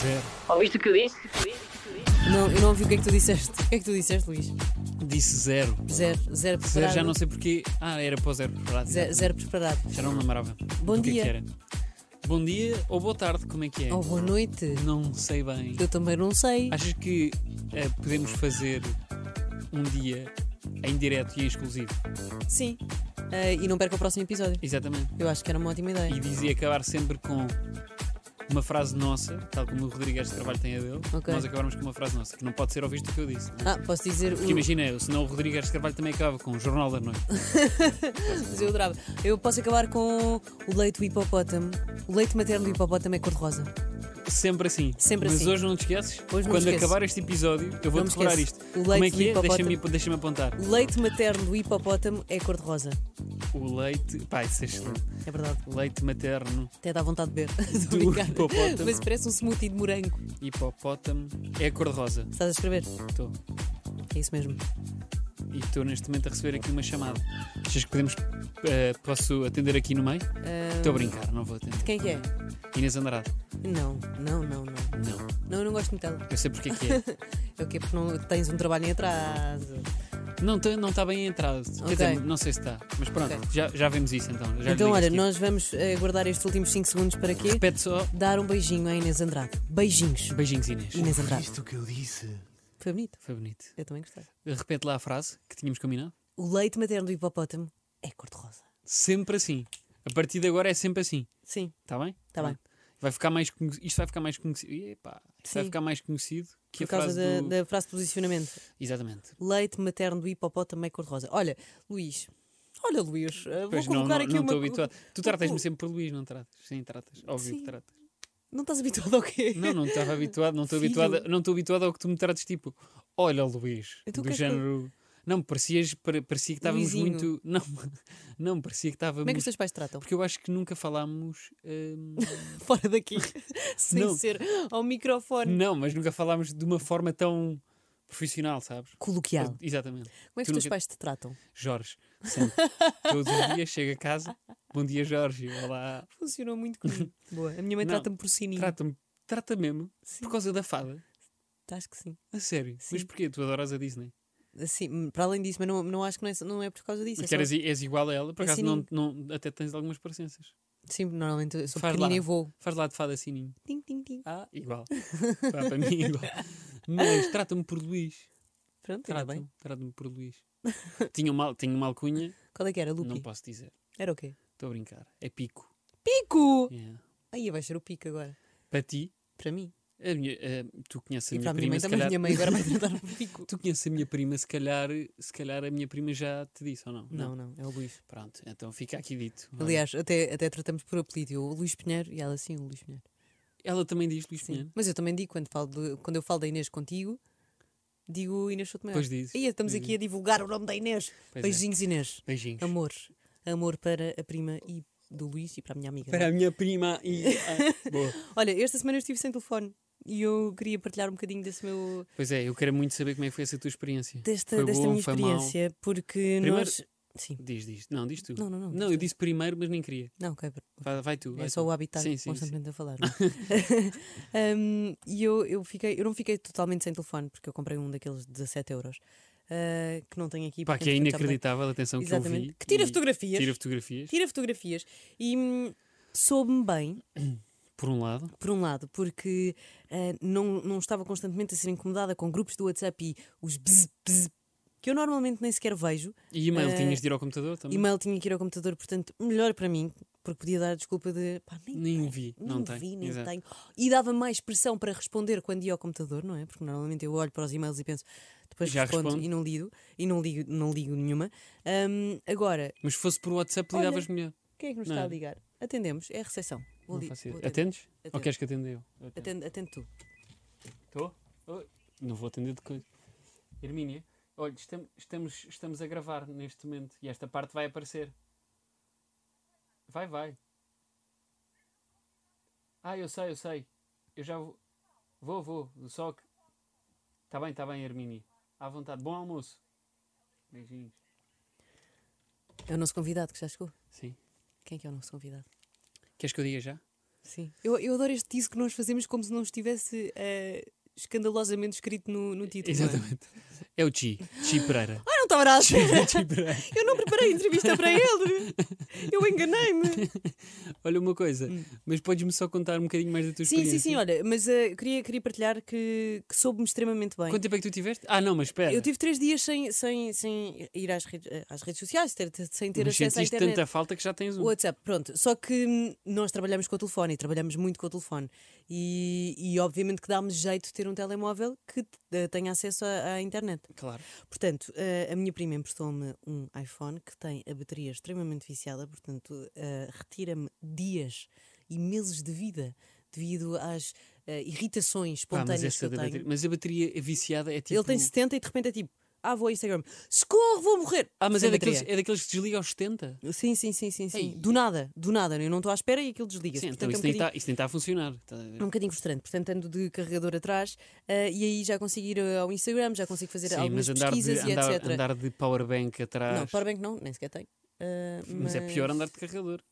zero. Ouviste o que eu disse? Não, eu não ouvi o que é que tu disseste. O que é que tu disseste, Luís? Disse zero. Zero, zero Zero, preparado. já não sei porquê. Ah, era para o zero preparado. Zero, zero preparado. Já não me lembrava. Bom do que é dia. que era. Bom dia ou boa tarde, como é que é? Oh, boa noite. Não sei bem. Eu também não sei. Achas que eh, podemos fazer um dia em direto e em exclusivo? Sim. Ah, e não perca o próximo episódio. Exatamente. Eu acho que era uma ótima ideia. E dizia acabar sempre com uma frase nossa, tal como o Rodrigues de Trabalho tem a dele, Ok. nós acabamos com uma frase nossa, que não pode ser ouviste o que eu disse. Não é? Ah, posso dizer Porque o. imagina eu, senão o Rodrigues de Carvalho também acabava com o Jornal da Noite. Mas eu adorava. Eu posso acabar com o leite do hipopótamo. O leite materno do hipopótamo é cor-de-rosa. Sempre assim. Sempre Mas assim. hoje não te esqueces? Hoje não Quando te esqueço. acabar este episódio, eu vou Não me decorar esqueço. isto. O Como é leite que é? do Deixa-me hipopótamo. deixa apontar. O leite materno do hipopótamo é cor-de-rosa. O leite. Pá, isso é excelente. É verdade. Leite materno, Até dá vontade de beber. Estou a Do brincar. hipopótamo. Mas parece um smoothie de morango. hipopótamo. É a cor-de-rosa. Estás a escrever? Estou. É isso mesmo. E estou neste momento a receber aqui uma chamada. Achas que podemos. eh, posso atender aqui no meio? Ah, Estou a brincar, não vou atender. Quem é que é? Inês Andrade. Não, não, não, não. Não. Não, eu não gosto muito dela. Eu sei porque é que é. É o quê? Porque não tens um trabalho em atraso. não está não tá bem entrado. Quer Ok. dizer, não sei se está. Mas pronto, Ok. já, já vemos isso então. Já lhe então, digo olha, este tipo. nós vamos eh, guardar estes últimos 5 segundos para quê? Repete só. Dar um beijinho à Inês Andrade. Beijinhos. Beijinhos, Inês. Inês Andrade. Isto que eu disse. Foi bonito. Foi bonito. Eu também gostei. Repete lá a frase que tínhamos combinado. O leite materno do hipopótamo é cor-de-rosa. Sempre assim. A partir de agora é sempre assim. Sim, Está bem? está Tá bem. Vai ficar mais conhe- Isto vai ficar mais conhecido. Epá, isto vai Sim. ficar mais conhecido que Por a frase causa da, do... da frase de posicionamento. Exatamente. Leite materno do hipopótamo é cor-de-rosa. Olha, Luís. Olha, Luís. eh, Pois vou não, colocar não, aqui não uma. estou habituado. Tu tratas-me vou- sempre por Luís, não tratas? Sim, tratas. Óbvio Sim. que tratas. Não estás habituado ao quê? Não, não estava habituado, não estou Filho. habituado, não estou habituado ao que tu me tratas tipo, olha Luís, Então, o do que é que eu- género. Não, parecias, pare- parecia que estávamos Luizinho. muito. Não, não, parecia que estávamos. Como é que os teus pais te tratam? Porque eu acho que nunca falámos. hum, Fora daqui. Sem Não. ser ao microfone. Não, mas nunca falámos de uma forma tão profissional, sabes? Coloquial. Exatamente. Tu Como é que os teus nunca- pais te tratam? Jorge, sempre. Todos os dias chega a casa. Bom dia, Jorge. Olá. Funcionou muito comigo. Boa. A minha mãe Não. trata-me por sininho. Trata-me, trata mesmo Sim, por causa da fada. acho que sim. A sério. Mas Sim. porquê? Tu adoras a Disney. Sim, hum, para além disso, mas não, não acho que não é, não é por causa disso. é Porque só- eras, és igual a ela. Por É acaso não, sininho. não- até tens algumas parecenças. Sim, normalmente eu sou Faz pequenina lá. e vou. Faz lá de fada sininho. Tim, tim, tim. Ah, igual. Pá, para mim é igual. Mas trata-me por Luís. Pronto, ainda bem. Trata-me trata-me por Luís. Tinha uma, tinha uma alcunha, Qual é que era, não Lupi? posso dizer. Era o quê? Estou a brincar. É pico. Pico! Yeah. Aí vai ser o pico agora. Para ti, Para mim. A minha- eh, tu conheces a e para minha a prima, minha mãe se também. calhar. Minha mãe agora vai tratar o pico. Tu conheces a minha prima, se calhar, se calhar a minha prima já te disse ou não? Não, não, é o Luís. Pronto, então fica aqui dito. Olha, Aliás, até, até tratamos por apelido. Eu, o Luís Pinheiro e ela sim, o Luís Pinheiro. ela também diz Luís Sim. Pinheiro. Mas eu também digo, quando, falo de- quando eu falo da Inês contigo, digo Inês Sotomayor. Pois dizes. Aí estamos Pois aqui a divulgar o nome da Inês. Pois é. Beijinhos, Inês. Beijinhos. Amor. Amor para a prima e do Luís e para a minha amiga. é? Para a minha prima e. Ah, boa. Olha, esta semana eu estive sem telefone e eu queria partilhar um bocadinho desse meu, Pois é, eu quero muito saber como é que foi essa tua experiência. desta, Foi desta bom, minha foi mau? experiência, porque Primeiro- nós. Sim. Diz, diz. Não, diz tu. Não, não, não, diz eu tu. disse primeiro, mas nem queria. Não, ok. pera- Vai, vai tu. vai É só tu. o habitat Sim, sim, sim. constantemente a falar. não é? Um, e eu, eu, fiquei, eu não fiquei totalmente sem telefone, porque eu comprei um daqueles 17 euros ah, que não tenho aqui. Pá, porque, que é entretanto, já me- inacreditável, atenção que eu Exatamente. vi. Que tira e- fotografias. Tira fotografias, Tira fotografias. E hum, soube-me bem por um lado. por um lado, porque eh, não, não estava constantemente a ser incomodada com grupos do WhatsApp e os bzz, bzz, que eu normalmente nem sequer vejo. E e-mail, Eh, tinhas de ir ao computador também. E-mail tinha que ir ao computador, portanto, melhor para mim, porque podia dar a desculpa de pá, nem, Nem vi, nem não tem. vi, nem Exato. tenho. E dava mais pressão para responder quando ia ao computador, não é? Porque normalmente eu olho para os e-mails e penso, depois Já respondo respondo. e não lido, e não ligo, não ligo nenhuma. Ahm, agora, Mas se fosse por WhatsApp, Olha, lidavas melhor. quem é que nos Não. está a ligar? Atendemos, é a recepção. Vou Não li- faço ideia. vou atender. Atendes? Ou Atendo. queres que atenda eu? Atende, atende tu. Estou? Não vou atender de coisa. Hermínia, olha, estamos, estamos, estamos a gravar neste momento e esta parte vai aparecer. Vai, vai. Ah, eu sei, eu sei. Eu já vou. Vou, vou. Só que. Está bem, está bem, Hermínia. À vontade. Bom almoço. Beijinhos. É o nosso convidado que já chegou. Sim. Quem é que é o nosso convidado? Queres que eu diga já? Sim. Eu, eu adoro este teaser que nós fazemos como se não estivesse eh, escandalosamente escrito no, no título. não é? Exatamente. É o Chi. Chi Pereira. Ah, não estava nada à Chi, espera. Chi Pereira. Eu não preparei a entrevista para ele. Eu enganei-me. Olha uma coisa, mas podes-me só contar um bocadinho mais da tua Hum. Sim, experiência? sim, sim, olha, mas eh, queria, queria partilhar que, que soube-me extremamente bem. Quanto tempo é que tu tiveste? Ah, não, mas espera. Eu tive três dias sem, sem, sem ir às redes, às redes sociais, ter- ter- sem ter mas acesso à sentiste internet. tanta falta que já tens um. O WhatsApp, pronto. Só que hum, nós trabalhamos com o telefone e trabalhamos muito com o telefone. E, e obviamente que dá-me jeito de ter um telemóvel que eh, tenha acesso à, à internet. Claro. Ah, Portanto, eh, a minha prima emprestou-me um iPhone que tem a bateria extremamente viciada, portanto, eh, retira-me dias e meses de vida devido às eh, irritações Pá, Ah, mas, espontâneas que essa eu da tenho. bateria, mas a bateria é viciada é tipo. Ele tem 70 e de repente é tipo, ah, vou ao Instagram, socorro, vou morrer. Ah, mas Sem é daqueles, bateria. é daqueles que desliga aos 70? Sim, sim, sim, sim, sim. Ei. Do nada, do nada, né? eu não estou à espera e aquilo desliga. Sim, então Portanto, é um isso nem bocadinho- tá- isso nem está a funcionar. Tá a ver? é um bocadinho frustrante, portanto ando de carregador atrás eh, e aí já consigo ir eh, ao Instagram, já consigo fazer Sim, algumas mas andar de, pesquisas e andar, etc. andar de powerbank atrás. Não, para bem que não, nem sequer tenho. Eh, mas... é pior andar de carregador.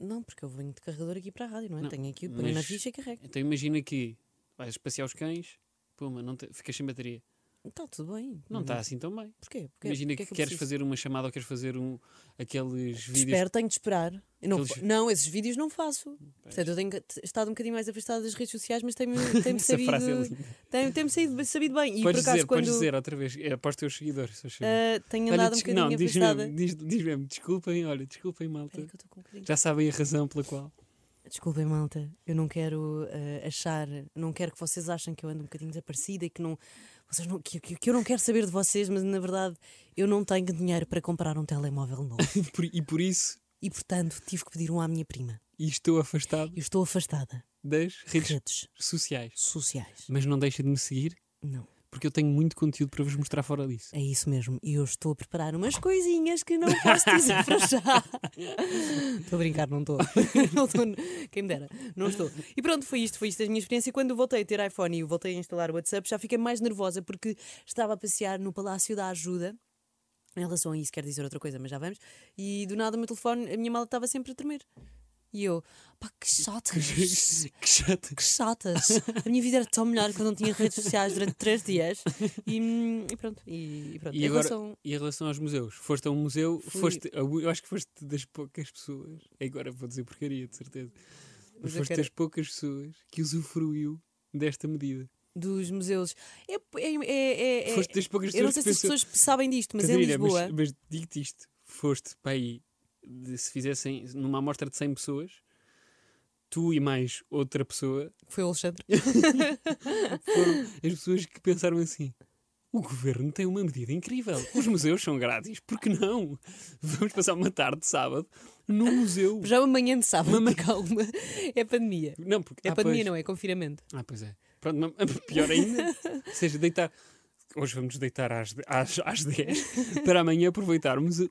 Não, porque eu venho de carregador aqui para a rádio, não é? Não, tenho aqui, ponho na mas- ficha e carrego. Então imagina que vais passear os cães, puma, não te, ficas sem bateria. Está tudo bem. Não está assim tão bem. Porquê? Porquê? Imagina Porquê que, é eu queres preciso? fazer uma chamada ou queres fazer um, aqueles vídeos. Espero, tenho de esperar. Eu Não, Aqueles- não, esses vídeos não faço. Portanto, eu tenho que- estado um bocadinho mais afastado das redes sociais, mas tem-me tem Essa sabido, frase é linda. tem, tem sabido, sabido bem. podes E por acaso, dizer, quando podes dizer outra vez, é, para os teus seguidores. se eu saber. ah, tenho Olha, andado um des- bocadinho não, diz afastada. mesmo, diz, diz mesmo, desculpem, olha, desculpem, Espera aí malta. que eu estou com um bocadinho- Já sabem a razão pela qual. Desculpem, malta, eu não quero ah, achar, não quero que vocês achem que eu ando um bocadinho desaparecida e que, não, vocês não, que, que- que eu não quero saber de vocês, mas na verdade eu não tenho dinheiro para comprar um telemóvel novo. E por, e por isso, e portanto tive que pedir um à minha prima. e estou afastado Eu estou afastada das de redes redes sociais. sociais. Mas não deixa de me seguir, Não, porque eu tenho muito conteúdo para vos mostrar fora disso. é isso mesmo. E eu estou a preparar umas coisinhas que não posso dizer para já. Estou a brincar, não estou. Não estou. Quem me dera, não estou. E pronto, foi isto, foi isto a minha experiência. Quando eu voltei a ter iPhone e voltei a instalar o WhatsApp, já fiquei mais nervosa porque estava a passear no Palácio da Ajuda. Em relação a isso, quero dizer outra coisa, mas já vamos. E do nada o meu telefone, a minha mala estava sempre a tremer. E eu, pá, que chatas, que chato. que chatas. A minha vida era tão melhor quando não tinha redes sociais durante três dias. E, hum, e pronto, e, e pronto. E Em agora- relação- E em relação aos museus, foste a um museu, Fui. foste, a um- eu acho que foste das poucas pessoas, agora vou dizer porcaria, de certeza, mas Mas eu foste quero- das poucas pessoas que usufruiu desta medida. dos museus. É, é, é- é- é- foste das poucas eu não pessoas sei que se as pensou, pessoas sabem disto, mas em Catarina, Lisboa. Mas, mas digo-te isto: foste para aí, de- se fizessem numa amostra de 100 pessoas, tu e mais outra pessoa, Foi o Alexandre. foram as pessoas que pensaram assim. O governo tem uma medida incrível. Os museus são grátis. Por que não? Vamos passar uma tarde de sábado num museu. Já uma manhã de sábado, mas calma. É pandemia. Não, porque É ah, pandemia, pois. não é? Confinamento. Ah, pois é. Pronto, mam- pior ainda. Ou seja, deitar. Hoje vamos deitar às, de- às, às 10 para amanhã aproveitarmos a-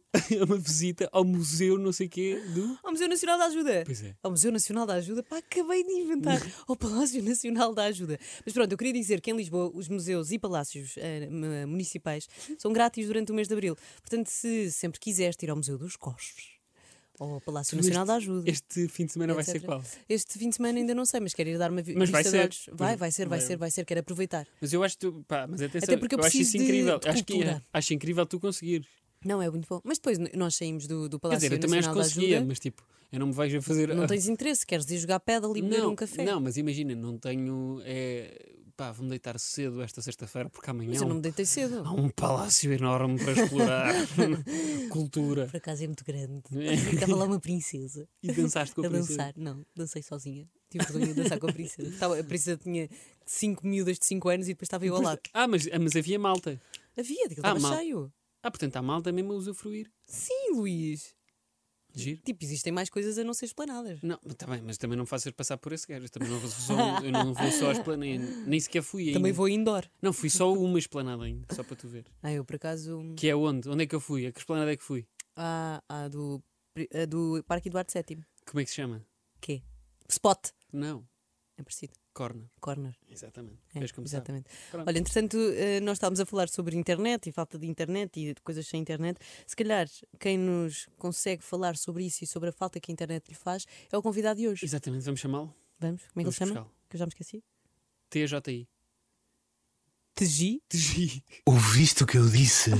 uma visita ao museu não sei quê do. Ao Museu Nacional da Ajuda. Pois é. Ao Museu Nacional da Ajuda, pá, acabei de inventar. Ao Palácio Nacional da Ajuda. Mas pronto, eu queria dizer que em Lisboa os museus e palácios eh, m- municipais são grátis durante o mês de abril. Portanto, se sempre quiseres ir ao Museu dos Costos ou ao Palácio Mas Nacional da Ajuda. Este... Este fim de semana vai ser Etc. qual? fim de semana ainda não sei, mas quero ir dar uma vi- Mas vai vista de ser. olhos. Vai, vai ser, vai Vai. ser, vai ser, quero aproveitar. Mas eu acho que tu. Pá, mas atenção, Até porque eu eu acho preciso isso de- incrível. de acho, que, cultura. acho incrível tu conseguires. Não, é muito bom. Mas depois n- nós saímos do, do Quer Palácio dizer, eu também acho que Nacional da conseguia, Ajuda. mas tipo, eu não me vejo a fazer. Não tens interesse, queres ir jogar pedal e beber não, um café. Não, mas imagina, não tenho. É, pá, vou-me deitar cedo esta sexta-feira porque amanhã. é Mas eu não me deitei cedo. Há um palácio enorme para explorar. Cultura. Por acaso é muito grande. Ficava lá uma princesa E dançaste com a a princesa. dançar. Não, dancei sozinha. Tive vergonha de dançar com a princesa. Estava- a princesa tinha 5 miúdas de 5 anos e depois estava eu ao Pois- lado. Ah, mas, ah, mas havia malta. Havia, aquilo Ah, estava mal. cheio. Ah, portanto, há malta mesmo a usufruir. Sim, Luís. Giro. Tipo, existem mais coisas a não ser explanadas. Não, mas, tá bem, mas também não faças passar por esse gajo. Eu também não vou só, eu não vou só à esplanada. Nem sequer fui ainda. Também vou indoor. Não, fui só uma esplanada ainda, só para tu ver. Ah, eu por acaso. Que é onde? Onde é que eu fui? A que esplanada é que fui? Ah, ah, do, pri- ah, do Parque Eduardo VII. Como é que se chama? Quê? Spot. Não. É parecido. Corna. Corner. Exatamente. É, Vês como sabe. exatamente. Pronto. Olha, entretanto, eh, nós estávamos a falar sobre internet e falta de internet e de coisas sem internet. Se calhar quem nos consegue falar sobre isso e sobre a falta que a internet lhe faz é o convidado de hoje. Exatamente, vamos chamá-lo. Vamos? Como é que ele Vamos se chama? buscá-lo. Que eu já me esqueci. TJI. TGI? TJI. Ouviste o que eu disse?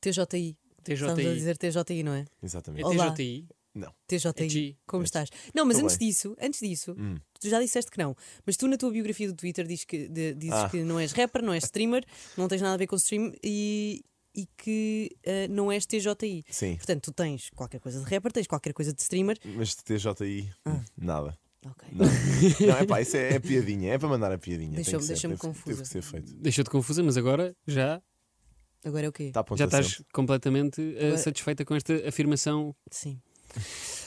TJI. Estamos a TJI. dizer TJI, não é? É Exatamente. Olá. TJI. É TJI. G. Como É estás? Não, mas Tô antes bem. disso, antes disso, Hum. tu já disseste que não, mas tu na tua biografia do Twitter diz que, de- dizes Ah. que não és rapper, não és streamer, não tens nada a ver com stream e, e que eh, não és TJI. Sim, Portanto, tu tens qualquer coisa de rapper, tens qualquer coisa de streamer. mas de TJI, nada. Ok. nada. Não, é pá, isso é, é piadinha, é para mandar a piadinha. tem que Deixou-me- ser, deixou-me teve- teve confusa. que ser feito. Deixou-te confusa, mas agora já, Agora é o quê? Está a ponto já de estás acento. completamente uh, Agora- satisfeita com esta afirmação. Sim.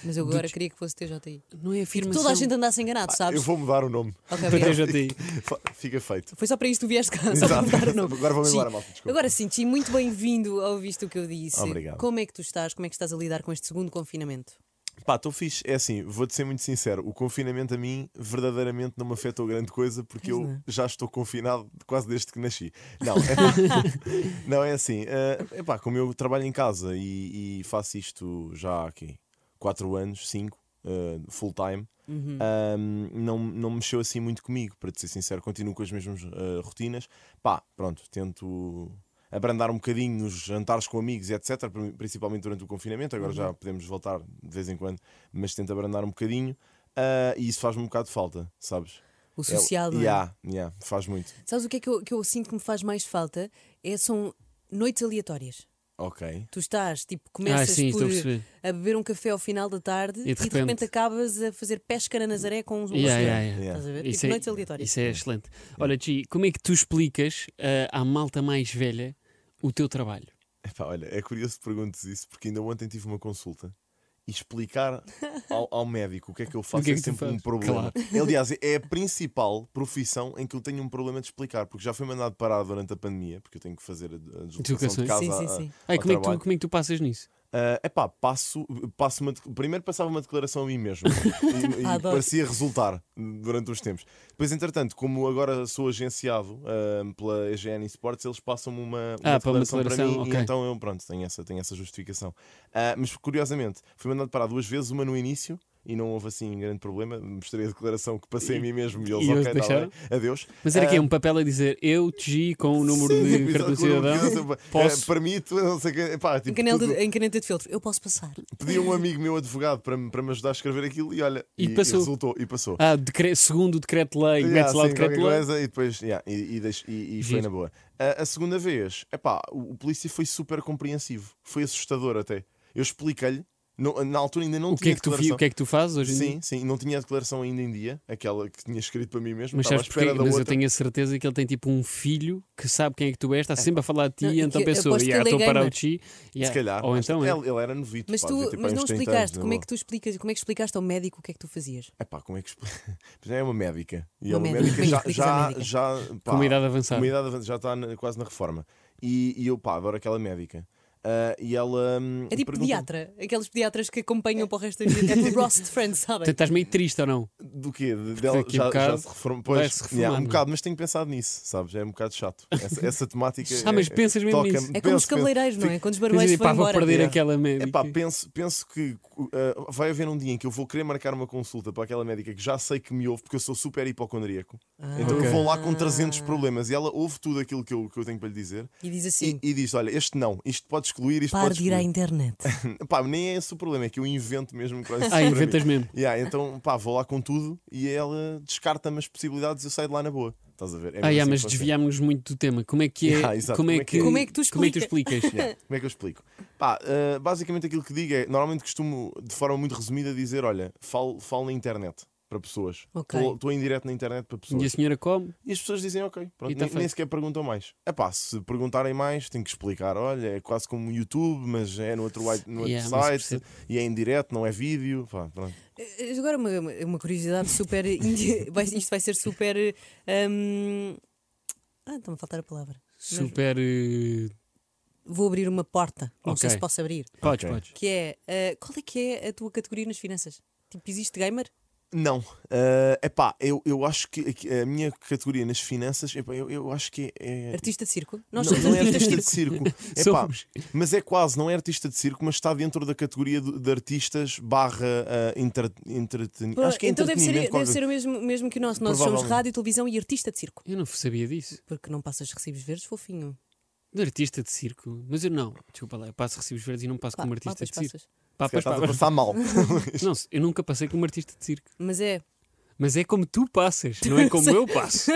Mas eu agora Do- queria que fosse TJI. Não é Que afirmação. toda a gente andasse enganado, sabes? Ah, Eu vou mudar o nome. Ok, Para obrigado. TJI. Fa- Fica feito. Foi só para isto que tu vieste cá, só para Exato. mudar o nome. Agora vou-me Sim. embora, malta. Desculpa. Agora sim, Ti, muito bem-vindo ao Visto o que eu disse. Obrigado. Como é que tu estás? Como é que estás a lidar com este segundo confinamento? Pá, estou fixe. É assim, vou-te ser muito sincero. O confinamento a mim verdadeiramente não me afetou grande coisa porque Pois eu não. já estou confinado quase desde que nasci. Não, é, pá, não, é assim. eh, é pá, como eu trabalho em casa e, e faço isto já há aqui 4 anos, 5, full time, Uhum. ahm, não, não mexeu assim muito comigo, para te ser sincero. Continuo com as mesmas eh, rotinas. Pá, pronto, tento. Abrandar um bocadinho nos jantares com amigos e etc., principalmente durante o confinamento. Agora Uhum. já podemos voltar de vez em quando, mas tento abrandar um bocadinho ah, e isso faz-me um bocado de falta, sabes? O social, é, não é? yeah, yeah, faz muito. Sabes o que é que eu, que eu sinto que me faz mais falta? É, são noites aleatórias. Ok. Tu estás, tipo, Ah, começas sim, estou por a perceber. a beber um café ao final da tarde e de, repente... repente acabas a fazer pesca na Nazaré com uns Yeah, yeah, yeah. Estás a ver? Isso tipo, é- noites aleatórias. Isso é excelente. Olha, G, como é que tu explicas ah, à malta mais velha o teu trabalho? Epá, olha, é curioso que perguntes isso, porque ainda ontem tive uma consulta e explicar ao, ao médico o que é que eu faço que é é, que tu sempre um fazes? problema. Aliás, é a principal profissão em que eu tenho um problema de explicar, porque já fui mandado parar durante a pandemia, porque eu tenho que fazer a, a deslocação Deslocações. de casa. Sim, sim, a- sim. Ai, ao como, é que tu, trabalho. como é que tu passas nisso? Ah, epá, passo, passo uma, dec- primeiro passava uma declaração a mim mesmo e, e Adoro. parecia resultar durante uns tempos. Depois, entretanto, como agora sou agenciado ah, pela EGN Sports, eles passam-me uma, uma Ah, para uma declaração para declaração, mim ok. e então eu, pronto, tenho essa, tenho essa justificação. Ah, mas curiosamente, fui mandado parar duas vezes, uma no início. E não houve assim grande problema, mostrei a declaração que passei a mim mesmo e eles, e eles ok, tá deixaram? bem, adeus. Mas era Ah, que um papel a dizer eu, G, com o número sim, de cartão de com o número de cidadão, cidadão, posso- eh, Permito, não sei o quê, epá, é tipo, Em caneta, tudo- de, em caneta de filtro, eu posso passar. Pedi a um amigo meu advogado para, me- para me ajudar a escrever aquilo e olha, E passou. resultou e passou. ah, decre- segundo o decreto-lei, Yeah, metes lá o sim, qualquer decreto-lei. coisa, e depois yeah, e, e deixo- e- e foi Giro. na boa. A, a segunda vez, epá, o, o polícia foi super compreensivo, foi assustador até. Eu expliquei-lhe, não- na altura ainda não O que, tinha é que tu, fi- declaração. o que é que tu fazes hoje em dia? Sim, sim, não tinha a declaração ainda em dia, aquela que tinha escrito para mim mesmo, Mas estava à sabes porquê? espera da Mas eu outra. tenho a certeza que ele tem tipo um filho que sabe quem é que tu és, está sempre a falar de ti Não, e e então que eu pensou, aposto que yeah, ele é estou a parar o gamer." Chi. Se yeah. calhar, Ou acho- então é. ele, ele era novito. Mas pá, tu devia ter, pá, mas tipo uns não 30 explicaste anos, como é na que tu explicas, como é que explicaste ao médico o que é que tu fazias? Epá, como é que explica? Já é uma médica. E Uma é uma médica. médica, Como é já, que explicas à já, médica? já pá, Com uma idade avançada. com uma idade avançada, já está na- quase na reforma. E, e eu, pá, adoro aquela médica. Ah, e ela. hum, É tipo pergunta-me- pediatra, aqueles pediatras que acompanham para o resto da vida. É tipo Ross de Friends, sabem? Portanto, é. estás meio triste ou não? Do quê? De- dela daqui a já, bocado já se reformou. vai-se Pois, yeah, reformando. um bocado, mas tenho pensado nisso, sabes? É um bocado chato. Essa, essa temática. Ah, é- mas pensas mesmo toca-me. nisso? É como os Penso, penso. cabeleireiros, não é? Quando os Pensas, barbeiros "Epá, tipo, "Ah, vão vou embora. perder Yeah. aquela médica. Epá, penso, penso que uh, vai haver um dia em que eu vou querer marcar uma consulta para aquela médica que já sei que me ouve, porque eu sou super hipocondríaco. então ok. eu vou lá Ah. com 300 problemas e ela ouve tudo aquilo que eu, que eu tenho para lhe dizer E diz assim: e, e diz: Olha, este não, isto pode excluir, isto pare pode de ir à excluir. internet. Pá, nem é esse o problema, é que eu invento mesmo coisas. Ah, para inventas mim. mesmo. Yeah, então, pá, vou lá com tudo e ela descarta-me as possibilidades e eu saio de lá na boa. Estás a ver? É Ah, yeah, mesmo assim mas que funciona. desviámos-nos muito do tema. Como é que é? Yeah, exato. como, é que, Como é que tu explicas? Yeah. Como é que eu explico? Pá, ah, basicamente aquilo que digo é: normalmente costumo, de forma muito resumida, dizer: olha, falo, falo na internet para pessoas. Ok. Estou em direto na internet para pessoas. e a senhora come? E as pessoas dizem ok, pronto, E tá nem, nem feito. sequer perguntam mais. É pá, se perguntarem mais, tenho que explicar. Olha, é quase como o YouTube, mas é no outro, wi- no outro Yeah, mas site e é em direto, não é vídeo. Pá, pronto. Eh, Agora uma, uma- uma curiosidade super. indi- vai- Isto vai ser super. eh, hum, Ah, está-me a faltar a palavra. Super. eh, Vou abrir uma porta, não sei Ok. se posso abrir. Podes, Ok. podes. Que é. eh, qual é que é a tua categoria nas finanças? Tipo, existe gamer? Não. Uh, epá, eu, eu acho que aqui- a minha categoria nas finanças, epá, eu, eu acho que é. é- Artista de circo? Nós não, somos não é artistas de artista circo. de circo. Epá, Somos. mas é quase, não é artista de circo, mas está dentro da categoria de, de artistas barra entretenimento. Pô, Acho que é então deve ser, entretenimento. deve qualquer- ser o mesmo, mesmo que o nosso. Nós somos Provavelmente. rádio, televisão e artista de circo. Eu não sabia disso. Porque não passas recibos verdes, fofinho. De artista de circo. Mas eu não. Desculpa lá, eu passo recibos verdes e não passo Pá, como pá, artista pois de circo. passas. Pá, Se calhar Ah, pois, pá, estás a passar mal. Não, eu nunca passei como artista de circo. Mas é. Mas é como tu passas, não é como eu passo.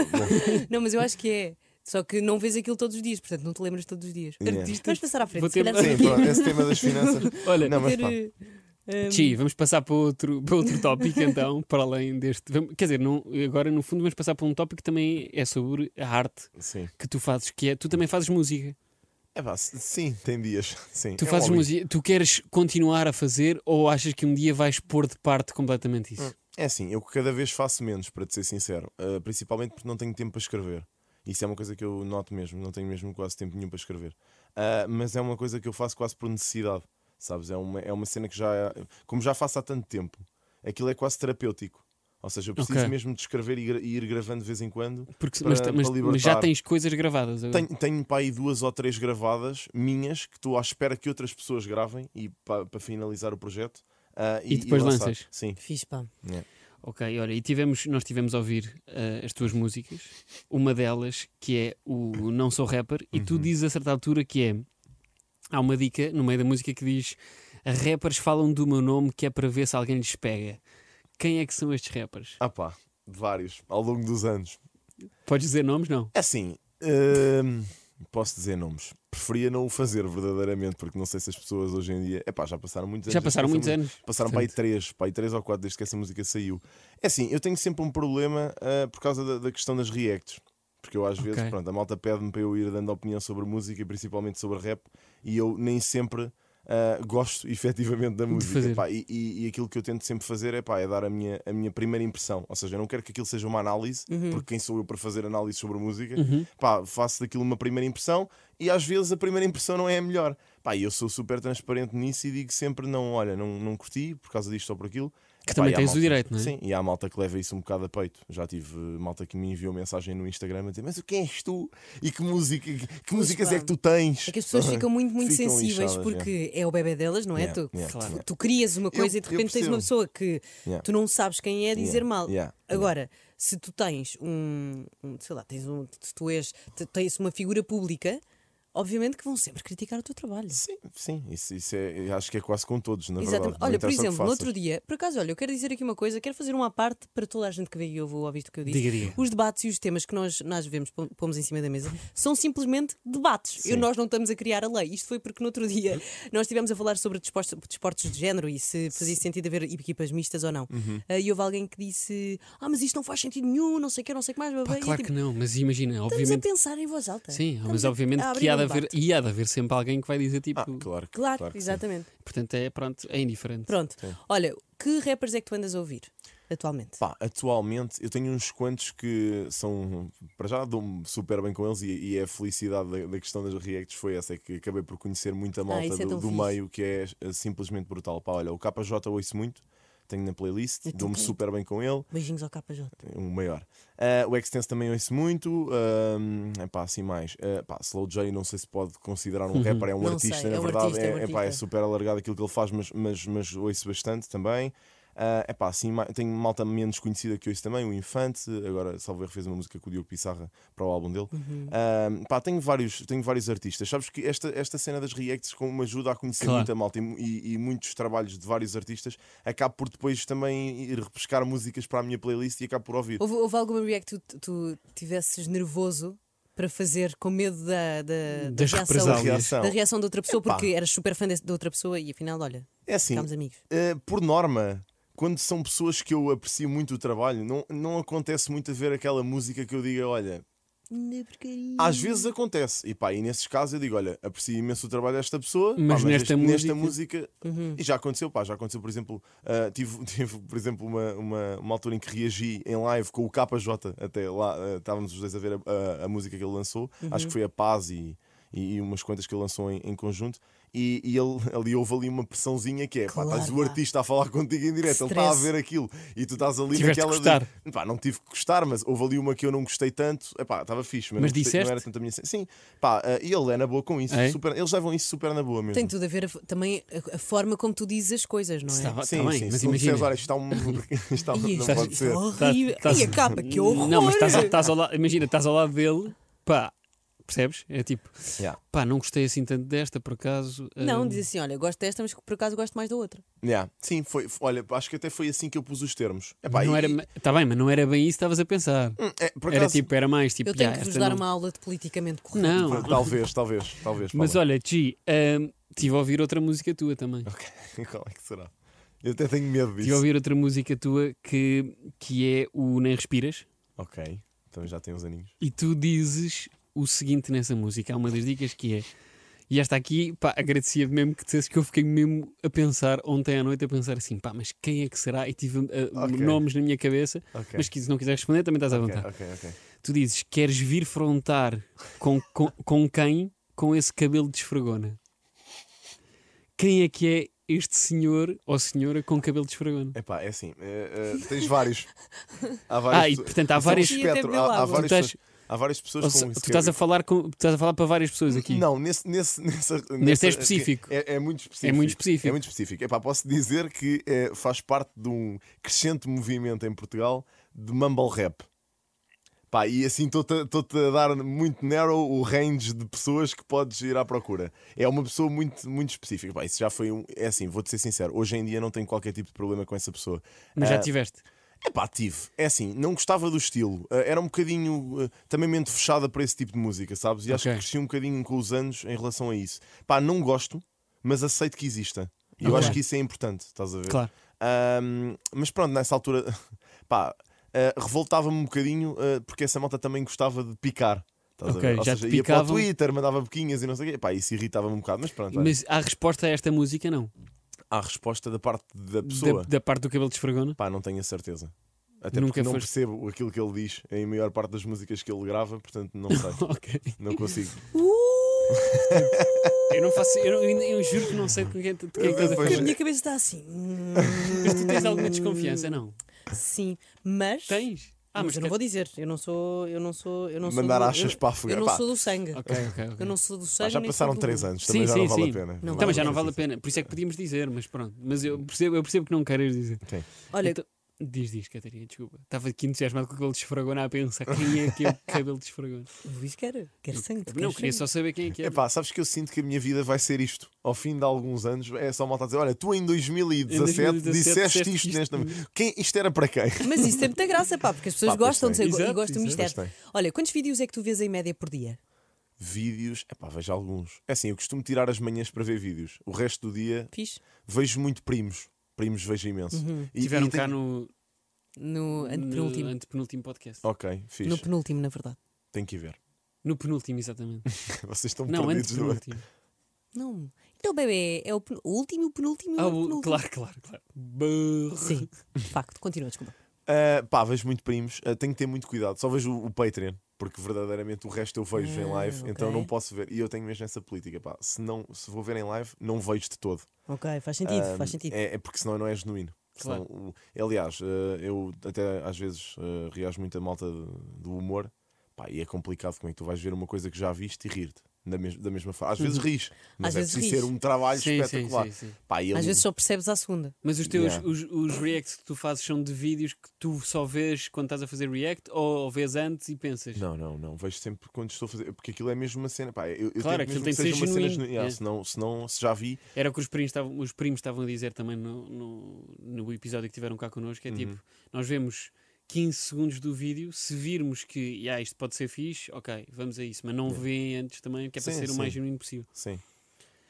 Não, mas eu acho que é. Só que não vês aquilo todos os dias, portanto não te lembras todos os dias. Yeah. Vamos passar à frente. Vou se ter- calhar É. Sim, pronto, esse tema das finanças. Olha, Não, mas ter, Tá pá. eh, Chi, vamos passar para outro, para outro tópico então, para além deste. Vamos- quer dizer, não, agora no fundo vamos passar para um tópico que também é sobre a arte Sim. que tu fazes, que é. Tu também fazes música. Epá, É s- sim, tem dias. Sim. Tu É um fazes hobby. música. Tu queres continuar a fazer ou achas que um dia vais pôr de parte completamente isso? É assim, eu cada vez faço menos, para te ser sincero. Uh, principalmente porque não tenho tempo para escrever. Isso é uma coisa que eu noto mesmo, não tenho mesmo quase tempo nenhum para escrever. Uh, mas é uma coisa que eu faço quase por necessidade, sabes? É uma, é uma cena que já. Como já faço há tanto tempo, aquilo é quase terapêutico. Ou seja, eu preciso Ok. Uhum. mesmo de escrever e, gra- e ir gravando de vez em quando. Porque, Para- mas, para mas- mas já libertar. tens coisas gravadas agora. Tenho, tenho para aí duas ou três gravadas minhas que estou à espera que outras pessoas gravem e para, para finalizar o projeto. uh, E depois lançar. lanças? Sim. Fiz, pá. Ok, olha, e tivemos, nós tivemos a ouvir eh, as tuas músicas, uma delas que é o Não Sou Rapper, e Uhum. tu dizes a certa altura que é. Há uma dica no meio da música que diz: rappers falam do meu nome que é para ver se alguém lhes pega. Quem é que são estes rappers? Ah pá, vários, ao longo dos anos. Podes dizer nomes? Não. É Assim, hum, posso dizer nomes. Preferia não o fazer verdadeiramente, porque não sei se as pessoas hoje em dia. Epá, já passaram muitos anos. Já passaram desde que muitos essa anos. mu- Passaram para aí três, para aí três ou quatro desde que essa música saiu. É assim, eu tenho sempre um problema ah, por causa da, da questão das reacts. Porque eu às Ok. vezes, pronto, a malta pede-me para eu ir dando opinião sobre música e principalmente sobre rap e eu nem sempre ah, gosto efetivamente da música. fazer. Pá, e, e- e aquilo que eu tento sempre fazer é, pá, é dar a minha, a minha primeira impressão. Ou seja, eu não quero que aquilo seja uma análise, Uhum. porque quem sou eu para fazer análise sobre música? Pá, faço daquilo uma primeira impressão e às vezes a primeira impressão não é a melhor. Pá, e eu sou super transparente nisso e digo sempre: não, olha, não, não curti por causa disto ou por aquilo. Que Epá, também e há tens o malta- direito, não é? Sim, e há malta que leva isso um bocado a peito. Já tive eh, malta que me enviou mensagem no Instagram a dizer: Mas quem és tu? E que, música, que músicas pá. é que tu tens? É que as pessoas ficam muito, muito Ficam sensíveis lixadas, porque é. o bebê delas, não é? Yeah, tu, yeah, tu- claro. tu crias uma coisa Eu- e de repente eu tens uma percebo. pessoa que Yeah. tu não sabes quem é dizer Yeah, mal. yeah, Agora, se tu tens um, um- sei lá, tens um, se tu és, te- tens uma figura pública, obviamente que vão sempre criticar o teu trabalho. Sim, sim, isso, isso é, eu acho que é quase com todos, na Exatamente. verdade. Não Olha, por interessa o que exemplo, no faças. outro dia, por acaso, olha, eu quero dizer aqui uma coisa, quero fazer uma parte para toda a gente que veio e ouve ou visto o que eu disse. Diga, diga. Os debates e os temas que nós, nós vemos, pom- pomos em cima da mesa, são simplesmente debates. E nós não estamos a criar a lei. Isto foi porque no outro dia nós estivemos a falar sobre desportos, desportos de género e se fazia sentido haver equipas mistas ou não. Uhum. Ah, e houve alguém que disse: Ah, mas isto não faz sentido nenhum, não sei o que, não sei o que mais. blá, blá." Pá, E eu, claro tipo, que não, mas imagina, Estamos a obviamente. pensar em voz alta. Sim, Estamos mas a- obviamente a abrir que há um de haver, debate. e há de haver sempre alguém que vai dizer tipo. Ah, claro, Claro, claro que sim. exatamente. Portanto, é pronto, é indiferente. Pronto. Olha, que rappers é que tu andas a ouvir atualmente? Pá, atualmente eu tenho uns quantos que são. Para já dou-me super bem com eles e, e a felicidade da, da questão das reacts foi essa, é que acabei por conhecer muita malta isso é do, tão do fixe. meio que é eh, simplesmente brutal. Pá, olha, o KJ ouço muito, tenho na playlist, Eu dou-me também. super bem com ele. Beijinhos ao KJ. um maior. Ah, o Extense também ouço muito. ah, epá, assim mais. Ah, pá, Slow J, não sei se pode considerar um rapper, é um Não artista, sei, na é um verdade. artista, é um é, epá, é artista. super alargado aquilo que ele faz, mas, mas, mas ouço bastante também. Ah, epá, assim, ma- tenho malta menos conhecida que ouço também, o Infante. Agora, salvo erro, fez uma música com o Diogo Pissarra para o álbum dele. Uhum. Ah, pá, tenho vários, tenho vários artistas. Sabes que esta, esta cena das reacts como me ajuda a conhecer Claro. muita malta e, mu- e- e muitos trabalhos de vários artistas. Acabo por depois também ir repescar músicas para a minha playlist e acabo por ouvir. Houve, houve alguma react que tu, tu tivesses nervoso para fazer com medo da, da, da Das reação, represálias. Reação. da reação de outra pessoa, Epá. porque eras super fã de, de outra pessoa e afinal, olha, É assim, ficámos amigos. eh, por norma, quando são pessoas que eu aprecio muito o trabalho, não, não acontece muito haver aquela música que eu diga, olha, Ainda é porcaria. Ah. às vezes acontece. E pá, e nesses casos eu digo, olha, aprecio imenso o trabalho desta pessoa, pá, Mas nesta este- nesta música. E já aconteceu, pá, já aconteceu, por exemplo, ah, tive, tive, por exemplo, uma, uma, uma altura em que reagi em live com o KJ, até lá, ah, estávamos os dois a ver a, a- a música que ele lançou, acho que foi a Paz e. e e, e umas quantas que ele lançou em, em conjunto. E, e ele, ali houve ali uma pressãozinha que é: pá, estás o Claro. artista a falar contigo em direto, ele está a stress. ver aquilo e tu estás ali Tiveste naquela. de gostar. de- pá, não tive que gostar, mas houve ali uma que eu não gostei tanto. Epá, estava fixe, mas, Mas não, gostei- não disseste? era tanto a minha. cena. Sim, pá, eh, e ele é na boa com isso. É? super- eles levam isso super na boa mesmo. Tem tudo a ver a f- também a, a forma como tu dizes as coisas, não é? Está, está Sim, Tá, Ah, bem, sim, mas se não imagina. disseres, olha, isto está um. está- Ih, não isto, pode isto é ser. horrível. Estás- Ih, a capa, que horror! Não, mas estás, estás ao lado, imagina, estás ao lado dele, pá, percebes? É tipo, Yeah. pá, não gostei assim tanto desta, por acaso. Não, hum, diz assim: olha, gosto desta, mas por acaso gosto mais da outra. Yeah. Sim, foi, foi- olha, acho que até foi assim que eu pus os termos. Epá, não e- hum, era, tá bem, mas não era bem isso que estavas a pensar. é, por Era acaso- tipo, era mais tipo, Eu tenho "Ya, que vos esta dar não- uma aula de politicamente correto. Não, Talvez, talvez, talvez. mas Paula. olha, Ti, hum, tive a ouvir outra música tua também. Ok, Qual é que será? Eu até tenho medo disso. Tive a ouvir outra música tua que, que é o Nem Respiras. Ok, então já tem uns aninhos. E tu dizes o seguinte nessa música. Há uma das dicas que é. E esta aqui, pá, agradecia mesmo que dissesse que eu fiquei mesmo a pensar ontem à noite, a pensar assim, pá, mas quem é que será? E tive ah, Ok. nomes na minha cabeça, Ok. mas que se não quiser responder, também estás à Ok, vontade. ok, ok. Tu dizes: queres vir frontar com, com, com quem com esse cabelo de esfragona? Quem é que é este senhor ou senhora com cabelo de esfragona? Epá, é assim, eh, eh, tens vários. Há vários. Ah, e portanto há Isso é um várias. E espectro, até há- há, Bilal. várias Tu estás- pessoas- há várias pessoas Ou com se- esse tu estás a cabelo. falar com, tu estás a falar para várias pessoas aqui. Não, nesse, nesse, nessa, Neste é nessa- específico. É, é muito específico. É muito específico. É muito específico. Epá, posso dizer que eh, faz parte de um crescente movimento em Portugal de mumble rap. Pá, e assim estou-te a dar muito narrow o range de pessoas que podes ir à procura. É uma pessoa muito, muito específica. Pá, isso já foi um. É assim, vou-te ser sincero. Hoje em dia não tenho qualquer tipo de problema com essa pessoa. Mas já Ah, tiveste. é pá, tive. É assim, não gostava do estilo. Ah, Era um bocadinho ah, também mente fechada para esse tipo de música, sabes? E acho que Ok. cresci um bocadinho com os anos em relação a isso. Pá, não gosto, mas aceito que exista. E eu Ok. acho que isso é importante, estás a ver? Claro. Ahm, mas pronto, nessa altura, pá, ah, revoltava-me um bocadinho ah, porque essa malta também gostava de picar. Estás Ok, a ver? Ou já te seja, ia para o picavam. Twitter, mandava boquinhas e não sei o quê. Pá, isso irritava-me um bocado, mas pronto. olha. Mas há resposta a esta música, não? Há resposta da parte da Da, pessoa. da parte do cabelo de esfregona? Pá, não tenho a certeza. Até Nunca porque não foste- percebo aquilo que ele diz em maior parte das músicas que ele grava, portanto não sei, Ok. não consigo. Eu não faço, eu, não- eu, eu juro que não sei de quem, de quem é que estás a Uh! Pois Porque a falar. minha cabeça está assim. hum, Mas tu tens alguma desconfiança, não? Sim, mas. Tens? Ah, mas mas eu não vou dizer, eu não sou, eu não sou, eu não sou Mandar do- achas eu, para a fogueira. Eu não Pá. sou do sangue. Ok, ok. ok. Eu não sou do Pá, sangue. já nem passaram sou do- 3 anos, Sim, também já sim, não vale sim. a pena. Não Também já a não vale pena. a pena. Por isso é que podíamos dizer, mas pronto. Mas eu percebo, eu percebo que não queres dizer. Olha, Então- Diz, diz, Catarina, desculpa. Estava aqui entusiasmado com o cabelo de esfragona a pensar quem é que é o cabelo de esfragona. o Luís quer, quer sangue. Não, quer queria sangue. só saber quem é que é. Epá, sabes que eu sinto que a minha vida vai ser isto. Ao fim de alguns anos, é só malta a dizer: Olha, tu em 2017, Em 2017 disseste disseste isto isto. nesta. Quem, isto era para quem? Mas isso tem muita graça, pá, porque as pessoas Pá, pois gostam de tem. ser, e Exato, gostam do exato. mistério. Pois Olha, quantos vídeos é que tu vês em média por dia? Vídeos, epá, vejo alguns. É assim, eu costumo tirar as manhãs para ver vídeos. O resto do dia Fiz? vejo muito primos. Primos vejo imenso. Uhum. E- Tiveram e cá tenho- no, No no antepenúltimo. antepenúltimo podcast. Ok, fixe. No penúltimo, na verdade. Tenho que ir ver. No penúltimo, exatamente. Vocês estão Não, perdidos no- antepenúltimo. Não. Então, bebê, é o, pen- o último, o penúltimo e Ah, o o- penúltimo. claro, claro, claro. Brrr. Sim, de facto. Continua, desculpa. Uh, pá, vejo muito primos, uh, tenho que ter muito cuidado. Só vejo o, o Patreon, porque verdadeiramente o resto eu vejo em Ah, live, ok. então não posso ver. E eu tenho mesmo essa política, pá. Se, não, se vou ver em live, não vejo de todo. Ok, faz sentido, Um, faz sentido. É, é porque senão não é genuíno. Senão, o- aliás, uh, eu até às vezes uh, reajo muito a malta do do humor, pá, e é complicado como é que tu vais ver uma coisa que já viste e rir-te. Da, mes- da mesma forma. Às vezes ris, mas Uhum. Às é vezes preciso ris. ser um trabalho Sim, sim, espetacular. sim, sim. Pá, e Às ele- vezes só percebes à segunda. Mas os teus Yeah. os, os reacts que tu fazes são de vídeos que tu só vês quando estás a fazer react ou vês antes e pensas? Não, não, não. Vejo sempre quando estou a fazer. Porque aquilo é mesmo uma cena. Pá, eu, eu Claro, tento mesmo aquilo tem que que seja ser uma cena. genuíno, genu- Yeah, é. senão, senão, se já vi. Era o que os primos estavam, os primos estavam a dizer também no, no, no episódio que tiveram cá connosco: Uhum. é tipo, nós vemos 15 segundos do vídeo, se virmos que yeah, isto pode ser fixe, ok, vamos a isso, mas não veem antes também, que é Sim, para ser sim. o mais genuíno possível. Sim.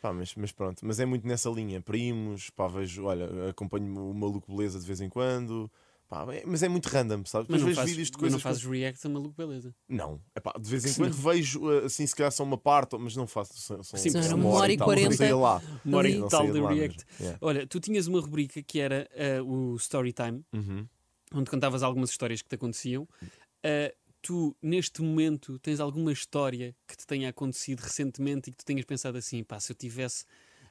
Pá, mas, mas pronto. Mas é muito nessa linha. Primos, pá, vejo. Olha, acompanho o maluco beleza de vez em quando. Pá, é- mas é muito random, sabes? Mas Depois não vejo fazes, vídeos de mas não coisas. que eu- fazes react a maluco, beleza. Não. Epá, de vez em quando vejo, eh, assim, se calhar só uma parte, mas não faço. São, são, Sim, são era uma hora e tal, não sei 40. lá. Uma hora Sim, e não tal saía de de lá react. mesmo. Yeah. Olha, tu tinhas uma rubrica que era ah, o story time, Uhum. onde contavas algumas histórias que te aconteciam. Ah, tu, neste momento, tens alguma história que te tenha acontecido recentemente e que tu tenhas pensado assim, pá, se eu tivesse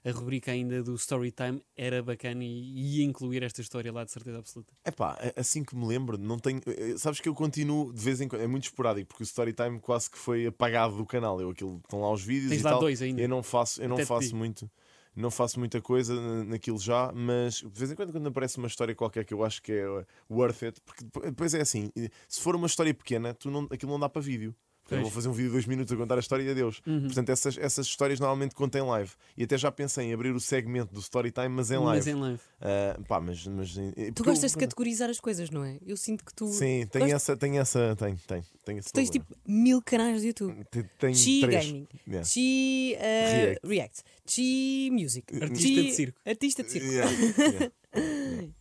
a rubrica ainda do Storytime, era bacana e ia incluir esta história lá de certeza absoluta. É pá, assim que me lembro, não tenho. eh, Sabes que eu continuo de vez em quando, é muito esporádico, porque o Storytime quase que foi apagado do canal. Eu, aquilo, estão lá os vídeos Tens e lá tal. dois ainda. Eu não faço, eu não Até te faço digo. muito. Não faço muita coisa na- naquilo já, mas de vez em quando, quando aparece uma história qualquer que eu acho que é uh, worth it, porque depo- depois é assim: eh, se for uma história pequena, tu não, aquilo não dá para vídeo. Eu Pois. Uhum. vou fazer um vídeo de dois minutos a contar a história e adeus. Portanto, essas, essas histórias normalmente contêm live. E até já pensei em abrir o segmento do Storytime, mas em live. Mas em live. Ah, pá, mas, mas- eh, Tu porque eu- gostas de categorizar as coisas, não é? Eu sinto que tu, Sim, tem Gosto- essa, tem essa, tem, tem, tem esse tu tens problema. tipo mil canais de YouTube. Te- tem Chi Hum, três. Gaming, Yeah. Chi eh, React. React, Chi Music, Artista Chi- de circo. Artista de circo. Yeah, yeah.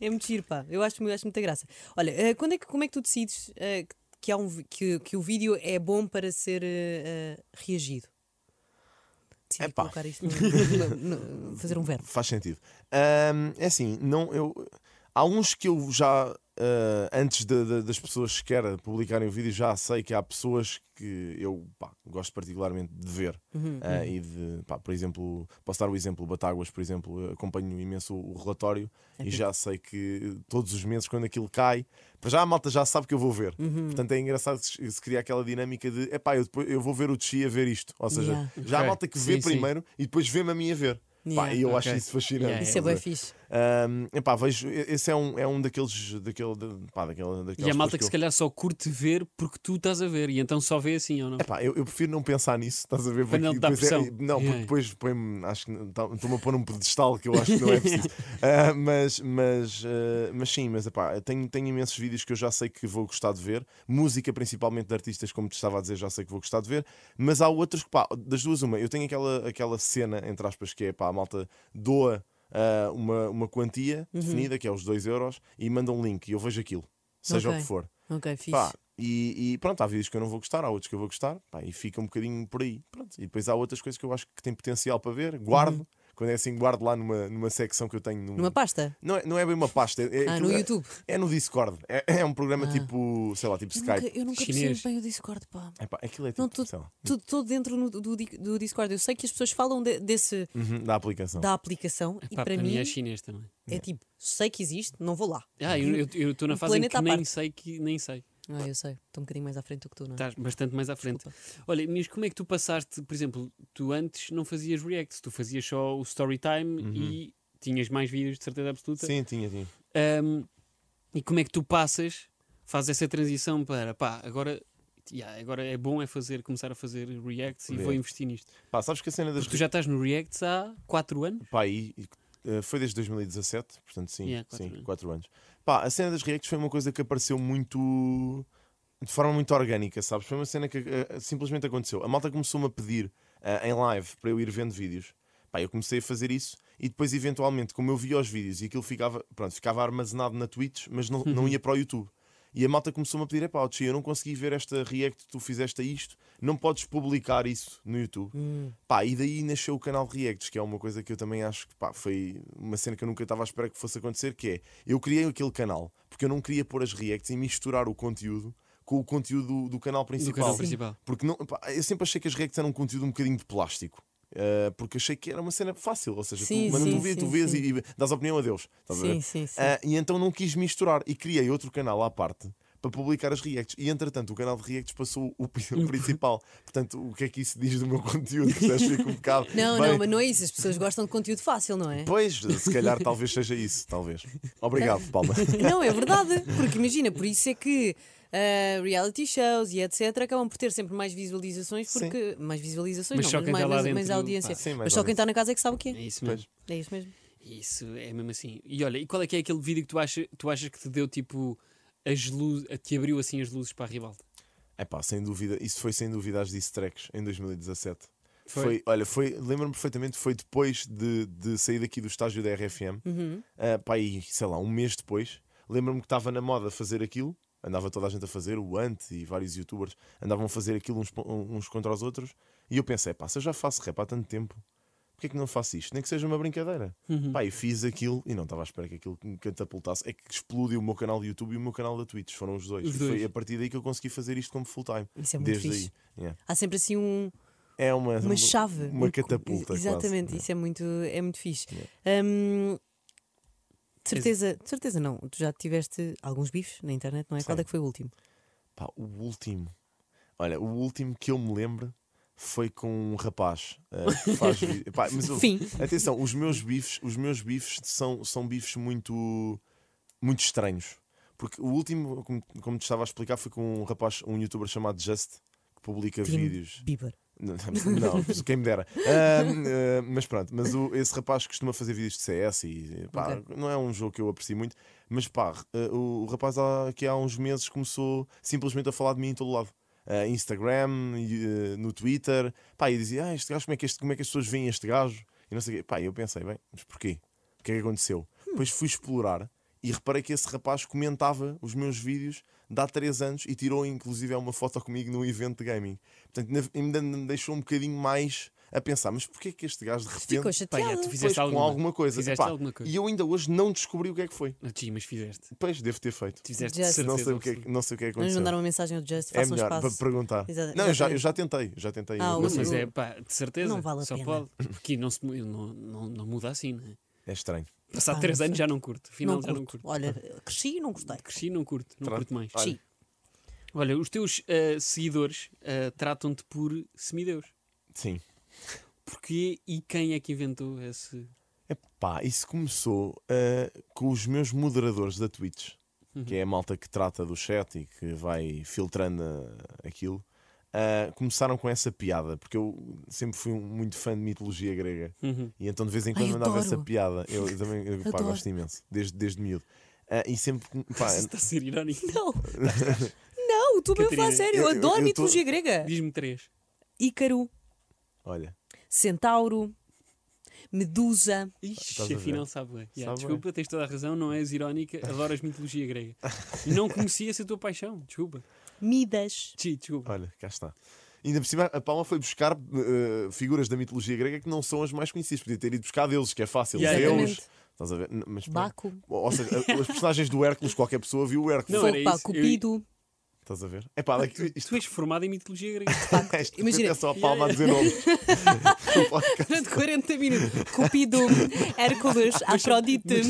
É muito giro, pá. Eu acho, eu acho muita graça. Olha, eh, quando é que, como é que tu decides eh, que- que, há um, vi- que, que o vídeo é bom para ser eh, eh, reagido? Decidi Epá. colocar isto no- no- no- fazer um verbo. Faz sentido. Ahm, é assim, não, eu, há uns que eu já, ah, antes de- de- das pessoas sequer publicarem o vídeo, já sei que há pessoas que eu pá, gosto particularmente de ver. Ah, E de, pá, por exemplo, posso dar o exemplo, Batáguas, por exemplo, eu acompanho imenso o relatório e já sei que todos os meses, quando aquilo cai, para já a malta já sabe que eu vou ver. Portanto, é engraçado se, se criar aquela dinâmica de, epá, eu, depois, eu vou ver o Tchi a ver isto. Ou seja, Yeah. já Ok. a malta que vê Sim, sim. primeiro e depois vê-me a mim a ver. Pá, Yeah. e eu Ok. acho isso fascinante. Yeah, Isso é bem fixe. Ahm, epá, vejo, esse é um, é um daqueles. Daquele, de- pá, daquele, daqueles E a malta que se calhar só curte ver porque tu estás a ver e então só vê assim ou não? Epá, eu, eu prefiro não pensar nisso, estás a ver? Para não te dar depois é- pressão. não, porque Yeah. depois põe-me, acho que não- tá- estou-me a pôr num pedestal que eu acho que não é preciso. Ah, mas, mas, ah, mas sim, mas epá, tenho, tenho imensos vídeos que eu já sei que vou gostar de ver. Música, principalmente de artistas, como te estava a dizer, já sei que vou gostar de ver. Mas há outros que, pá, das duas, uma. Eu tenho aquela, aquela cena, entre aspas, que é pá, a malta doa ah, uma, uma quantia Uhum. definida, que é os 2 euros, e manda um link e eu vejo aquilo, seja o Ok. que for. Ok, fixe. Pá, e, e pronto, há vídeos que eu não vou gostar, há outros que eu vou gostar, pá, e fica um bocadinho por aí. Pronto, e depois há outras coisas que eu acho que têm potencial para ver, guardo. Quando é assim, guardo lá numa, numa secção que eu tenho. num- Uhum. Numa pasta? Não, é, não é bem uma pasta. É, é Ah, aquilo- no é- YouTube. É no Discord. É, é um programa Ah. tipo, sei lá, tipo Eu Skype. nunca, eu nunca Chinês. percebo bem o Discord, pá. Epá, aquilo é tipo, Não, tu- sei lá, Tudo tudo dentro no- do, di- do Discord. Eu sei que as pessoas falam de- desse, uhum, da aplicação. da aplicação e Pá, para mim é chinês também. é tipo, sei que existe, não vou lá. Ah, eu eu- eu estou na O fase em planeta que à nem parte. sei que nem sei. Ah, eu sei. Estou um bocadinho mais à frente do que tu, não é? Estás bastante mais à frente. Olha, mas como é que tu passaste, por exemplo, tu antes não fazias reacts, tu fazias só o storytime e tinhas mais vídeos de certeza absoluta. Sim, tinha, tinha. Ahm, e como é que tu passas, fazes essa transição para pá, agora, yeah, agora é bom é fazer, começar a fazer reacts e vou Reacts. investir nisto. Pá, sabes que a cena das. Porque tu já estás no reacts há 4 anos. Pá, e, e, eh, foi desde 2017, portanto, sim, Yeah, quatro sim, anos. quatro anos. Pá, a cena das reacts foi uma coisa que apareceu muito. de forma muito orgânica, sabes? Foi uma cena que eh, simplesmente aconteceu. A malta começou-me a pedir eh, em live para eu ir vendo vídeos. Pá, eu comecei a fazer isso e depois, eventualmente, como eu via os vídeos e aquilo ficava, pronto, ficava armazenado na Twitch, mas não, não ia para o YouTube. E a malta começou-me a pedir: é pá, eu não consegui ver esta react que tu fizeste a isto, não podes publicar isso no YouTube. Pá, e daí nasceu o canal de Reacts, que é uma coisa que eu também acho que pá, foi uma cena que eu nunca estava à espera que fosse acontecer, que é eu criei aquele canal porque eu não queria pôr as reacts e misturar o conteúdo com o conteúdo do, do canal Do principal. canal principal. Porque não, pá, eu sempre achei que as reacts eram um conteúdo um bocadinho de plástico. Uh, porque achei que era uma cena fácil, ou seja, Sim, tu, mas sim, tu vês, sim, tu vês sim. e, e dás opinião a Deus. estás a ver? Sim, sim, sim. Ah, e então não quis misturar e criei outro canal à parte para publicar as reacts. E entretanto, o canal de reacts passou o, pri- Uhum. o principal. Portanto, o que é que isso diz do meu conteúdo? Percebes? Fico um bocado. Não, bem, não, mas não é isso. As pessoas gostam de conteúdo fácil, não é? Pois, se calhar talvez seja isso, talvez. Obrigado, Palma. Não, é verdade. Porque imagina, por isso é que ah, reality shows e etc. acabam por ter sempre mais visualizações, porque. Mais visualizações, Mas não, só mas quem mais, está lá mais, dentro, mais pá. audiência. Sim, mais mas só quem está na casa é que sabe o que É é. isso mesmo. É isso mesmo. Isso é mesmo assim. E olha, e qual é que é aquele vídeo que tu, acha, tu achas que te deu tipo as luzes, que abriu assim as luzes para a ribalta? É pá, sem dúvida, isso foi sem dúvida as diss tracks em 2017. Foi? Foi. olha, foi, lembro-me perfeitamente, foi depois de, de sair daqui do estágio da RFM, Ah, pá, aí, sei lá, um mês depois. Lembro-me que estava na moda fazer aquilo, andava toda a gente a fazer, o Ant e vários youtubers andavam a fazer aquilo uns, po- uns contra os outros. E eu pensei, pá, se eu já faço rap há tanto tempo, Porquê que não faço isto? Nem que seja uma brincadeira. Uhum. Pá, e fiz aquilo e não estava à espera que aquilo me catapultasse. É que explodiu o meu canal de YouTube e o meu canal da Twitch. Foram os dois. Os E dois. Foi a partir daí que eu consegui fazer isto como full-time. Isso é muito Desde fixe. aí. Yeah. Há sempre assim um, É uma, uma chave. Uma um- catapulta. quase. né? Exatamente, Yeah. isso é muito, é muito fixe. Hum, de certeza, de certeza não. Tu já tiveste alguns bifes na internet, não é? Qual Sim. é que foi o último? Pá, o último. Olha, o último que eu me lembro foi com um rapaz eh, que faz vi- Pá, mas eu- Fim. Atenção, os meus bifes, os meus bifes são, são bifes muito, muito estranhos. Porque o último, como, como te estava a explicar, foi com um rapaz, um youtuber chamado Just, que publica Tim vídeos. um Bieber. Não, não, quem me dera. Ah, ah, mas pronto, mas o- esse rapaz costuma fazer vídeos de CS e pá, não é um jogo que eu aprecio muito, mas pá, ah, o, o rapaz há, que há uns meses começou simplesmente a falar de mim em todo lado. Ah, Instagram, e, ah, no Twitter, pá, e dizia, ah, este gajo, como é, que este- como é que as pessoas veem este gajo? E não sei o quê. Pá, eu pensei, bem, mas porquê? O que é que aconteceu? Depois fui explorar e reparei que esse rapaz comentava os meus vídeos de há 3 anos e tirou inclusive uma foto comigo num evento de gaming. Portanto, na- ainda me deixou um bocadinho mais a pensar, mas porquê que este gajo é de Ficou repente Pá, chateado. já, tu fez fizeste com alguma, alguma, coisa? Fizeste Epá, alguma coisa. E eu ainda hoje não descobri o que é que foi. Ah, Sim, mas fizeste. Pois, devo ter feito. Tu fizeste Já de sei. certeza. Não sei, o que é, que- não sei o que é que Vamos aconteceu. mandar uma mensagem ao Just, É faça um melhor para espaço. perguntar. Exa- não, eu já, eu exatamente. já tentei, já tentei. Ah, não Não, o- consegui. mas é pá, de certeza. Não vale a Só pena. pode. Porque não, se, mu- não, não, não muda assim, né? É estranho. Ah, Passado 3 não anos já não curto. Afinal, não já não curto. curto. Olha, cresci e não gostei. Cresci, não curto. Não Tra- curto mais. Olha. Cresci. Olha, os teus ah, seguidores ah, tratam-te por semideus. Sim. Porquê e quem é que inventou esse. Epá, isso começou ah, com os meus moderadores da Twitch, que é a malta que trata do chat e que vai filtrando ah, aquilo. Ah, começaram com essa piada, porque eu sempre fui um- muito fã de mitologia grega Uhum. e então de vez em Ai, quando mandava adoro. essa piada. Eu, eu também eu, pá, Adoro. é gosto imenso, desde, desde miúdo. Ah, e sempre. Pá, Isso está a ser irónico. Não. Não, tu mesmo Catarina, fala a sério. eu- Eu eu- adoro eu tô- mitologia grega. Diz-me três. Ícaro, olha, Centauro, Medusa. Ixi, Estás a ver? afinal sabe bem. Yeah, Sabe desculpa, tens toda a razão, não és irónica, adoras mitologia grega. Não conhecia essa tua paixão, desculpa. Midas. Sim, desculpa. olha, cá está. Ainda por cima, a Palma foi buscar ah, figuras da mitologia grega que não são as mais conhecidas. Podia ter ido buscar deles, que é fácil. Yeah, Zeus. exatamente. Estás a ver? N- Mas, pá, Baco, Ou seja, os personagens do Hércules, qualquer pessoa viu o Hércules. Não, é. Fogo era pá, isso. Eu- Cupido. Estás a ver? É pá, daqui- Ah, Tu, isto, tu és formado em mitologia grega. isto Imagina. é só a palma a dizer nomes. Durante 40 minutos. Cupido, Hércules, Afrodite.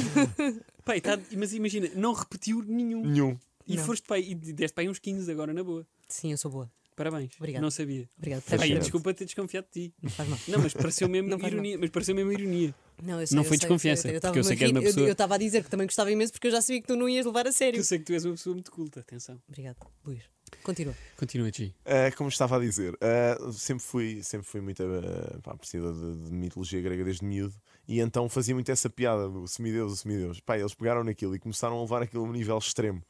Pai, tá- mas imagina, não repetiu nenhum. Nenhum. E Não. foste pai e deste pai uns 15 agora, na boa. Sim, eu sou boa. Parabéns. Obrigado. Não sabia. Obrigado. Faz Pai, certo. desculpa ter desconfiado de ti. Não faz mal. Não, mas pareceu mesmo Não faz mal. ironia. Mas pareceu mesmo ironia. Não, eu Não eu foi eu desconfiança, tava porque eu sei que a és uma rir. Eu- pessoa- Eu estava a dizer que também gostava imenso porque eu já sabia que tu não ias levar a sério. Eu sei que tu és uma pessoa muito culta, atenção. Obrigado, Luís. Continua. Continua, G. Ah, como estava a dizer, ah, sempre fui, sempre fui muito ah, pá, apreciador de, de mitologia grega desde miúdo e então fazia muito essa piada do semideus, o semideus. Pá, eles pegaram naquilo e começaram a levar aquilo a um nível extremo.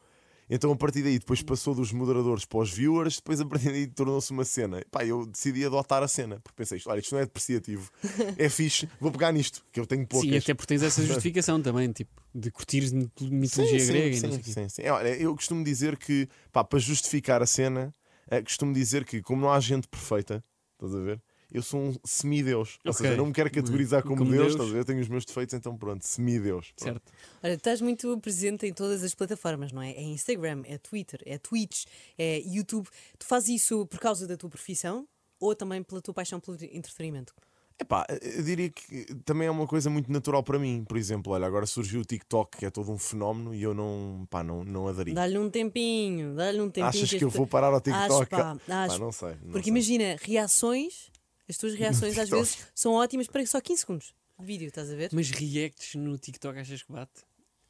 Então a partir daí, depois passou dos moderadores para os viewers, depois a partir daí tornou-se uma cena. Pá, eu decidi adotar a cena, porque pensei isto, olha, isto não é depreciativo, é fixe, vou pegar nisto, que eu tenho poucas. Sim, até porque tens essa justificação também, tipo, de curtires mit- mitologia grega. e não Sim, sei o quê. sim, sim. É, olha, eu costumo dizer que, pá, para justificar a cena, eh, costumo dizer que, como não há gente perfeita, estás a ver? Eu sou um semideus. Ou Ok. seja, não me quero categorizar como, Como Deus, Deus. estás a ver? Eu tenho os meus defeitos, então pronto, semideus. Pronto. Certo. Olha, estás muito presente em todas as plataformas, não é? É Instagram, é Twitter, é Twitch, é YouTube. Tu fazes isso por causa da tua profissão ou também pela tua paixão pelo entretenimento? Epá, eh, eu diria que também é uma coisa muito natural para mim. Por exemplo, olha, agora surgiu o TikTok, que é todo um fenómeno, e eu não, pá, não, não aderi. Dá-lhe um tempinho, dá-lhe um tempinho. Achas as que eu pe- vou parar ao TikTok? pá, acho. não sei. não Porque sei. imagina, reações, as tuas reações às TikTok. vezes são ótimas para só 15 segundos de vídeo, estás a ver? Mas reacts no TikTok achas que bate?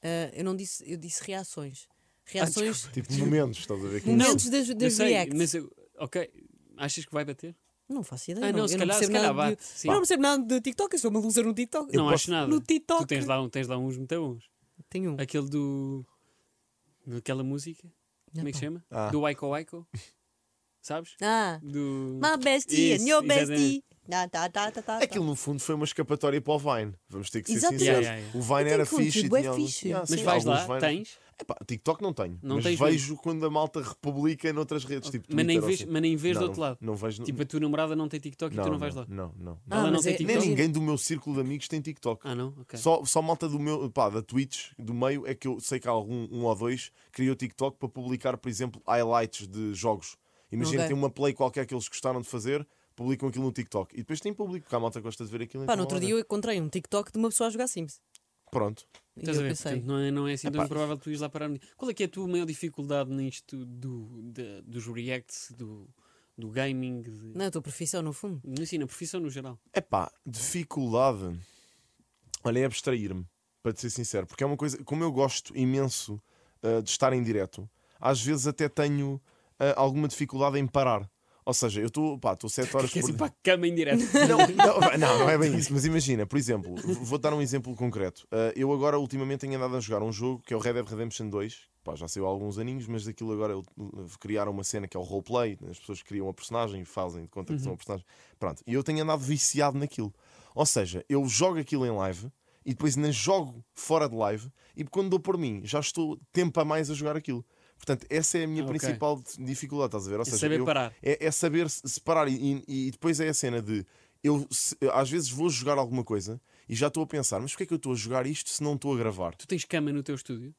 Ah, eu não disse, eu disse reações. Reações, Tipo, momentos, estás a ver? Que momentos das, Eu das sei, reacts. Ah, mas eu- ok. Achas que vai bater? Não faço ideia. Ah, não, eu se calhar- percebo se calhar nada de- bate, Eu sim. não percebo nada de TikTok, eu sou uma loser no TikTok. não posso- acho nada. No TikTok. Tu tens lá, um- tens lá uns muito bons. Tenho um. Aquele do. Aquela música. Como é tá. que se chama? Ah. Do Waiko Waiko. Sabes? Ah, Do. my bestie, Isso, and your bestie. exatamente. Tá, tá, tá, tá, tá, tá. Aquilo no fundo foi uma escapatória para o Vine. Vamos ter que ser Exato. sinceros. Yeah, yeah, yeah. O Vine tem era conteúdo, fixe. e bué tinha fixe. Yeah, Mas sim, vais lá, alguns Vine- tens, Epá, TikTok não tenho. Não mas tens vejo quando a malta republica noutras redes. Tipo mas nem Twitter ou vês, assim. mas nem vês Não, do outro lado. Não vejo. no- Tipo, a tua namorada não tem TikTok e tu não vais lá. Não, não. Ah, não. Ela não mas tem é- Nem TikTok. giro. ninguém do meu círculo de amigos tem TikTok. Ah, não? Ok. Só, só malta do meu, pá, da Twitch, do meio, é que eu sei que há algum, um ou dois, criou TikTok para publicar, por exemplo, highlights de jogos. Imagina Ok. tem uma play qualquer que eles gostaram de fazer, publicam aquilo no TikTok. E depois tem público, porque a malta gosta de ver aquilo. Pá, então no outro olha. dia eu encontrei um TikTok de uma pessoa a jogar Sims. Pronto. E Estás a eu ver? pensei, Portanto, não é, não é assim tão Epá. improvável tu ires lá parar. um dia. Qual é que é a tua maior dificuldade nisto do, da- dos reacts, do, do gaming? de- não é a tua profissão, no fundo. Não, sim, na profissão no geral. É pá, dificuldade. Olha, é abstrair-me, para te ser sincero, porque é uma coisa, como eu gosto imenso uh, de estar em direto, às vezes até tenho uh, alguma dificuldade em parar. Ou seja, eu estou, pá, estou 7 horas Quer dizer, é por assim para a cama em direto. Não, não, vai- não, não é bem isso, mas imagina, por exemplo, v- vou dar um exemplo concreto. Uh, eu agora ultimamente tenho andado a jogar um jogo que é o Red Dead Redemption 2. Pá, já saiu há alguns aninhos, mas daquilo agora eu- eu- criaram uma cena que é o roleplay. As pessoas criam a personagem e fazem de conta que Uhum. são a personagem. Pronto, e eu tenho andado viciado naquilo. Ou seja, eu jogo aquilo em live e depois ainda jogo fora de live e quando dou por mim já estou tempo a mais a jogar aquilo. Portanto, essa é a minha Ah, Ok. principal dificuldade, estás a ver? Ou É seja, saber eu- parar. é, é saber se- separar. E, e- e depois é a cena de eu se- às vezes vou jogar alguma coisa e já estou a pensar, mas porquê é que eu estou a jogar isto se não estou a gravar? Tu tens cama no teu estúdio,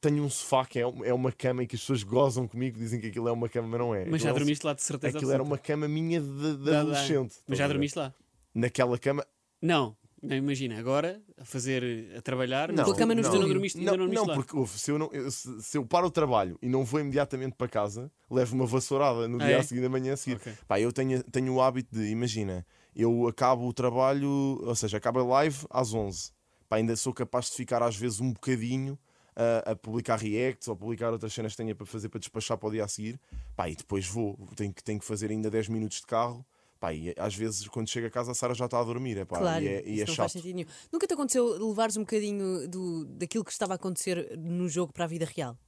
Tenho um sofá que é, um- é uma cama e que as pessoas gozam comigo, dizem que aquilo é uma cama, mas não é. mas já Aquilo é um- dormiste lá de certeza. Aquilo era absoluta. uma cama minha de, de Dá, dá. adolescente. Mas estás já a ver? dormiste lá? Naquela cama. Não. Não, imagina, agora a fazer, a trabalhar, Não, mas tu- cama no mas tu estúdio. não dormiste, ainda não, não dormiste não, lá. porque ouve, se, eu não, eu- se, se eu paro o trabalho e não vou imediatamente para casa, levo uma vassourada no Ah, dia é? a seguir, na manhã a seguir. Ok. Pá, eu tenho, tenho o hábito de, imagina, eu acabo o trabalho, ou seja, acabo a live às 11. Pá, ainda sou capaz de ficar às vezes um bocadinho a, a publicar reacts ou publicar outras cenas que tenha para fazer para despachar para o dia a seguir. Pá, e depois vou, tenho que, tenho que fazer ainda 10 minutos de carro. Pá, e às vezes quando chego a casa a Sara já está a dormir, é pá, Claro, e é, isso e é não faz chato. sentido nenhum. Nunca te aconteceu levares um bocadinho do, daquilo que estava a acontecer no jogo para a vida real?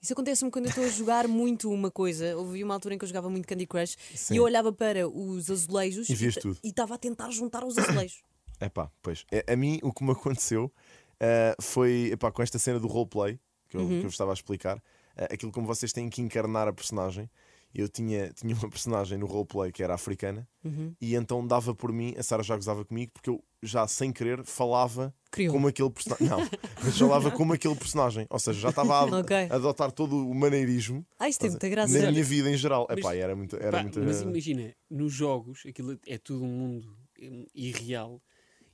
Isso acontece-me quando eu estou a jogar muito uma coisa. Houve uma altura em que eu jogava muito Candy Crush Sim. e eu olhava para os azulejos E vias ta- tudo. e estava a tentar juntar os azulejos. Epá, pois. É, a mim, o que me aconteceu ah, foi epá, com esta cena do roleplay, que eu, que Uhum. eu vos estava a explicar, ah, aquilo como vocês têm que encarnar a personagem. Eu tinha, tinha uma personagem no roleplay que era africana Uhum. e então dava por mim, a Sara já gozava comigo, porque eu já sem querer falava Criou. como aquele personagem. Não, mas falava como aquele personagem. Ou seja, já estava a ad- Ok. a adotar todo o maneirismo Ah, isso tem muita graça. na minha vida em geral. Mas- Epá, era muito. Era Pá, muito mas imagina, nos jogos aquilo é tudo um mundo hum, irreal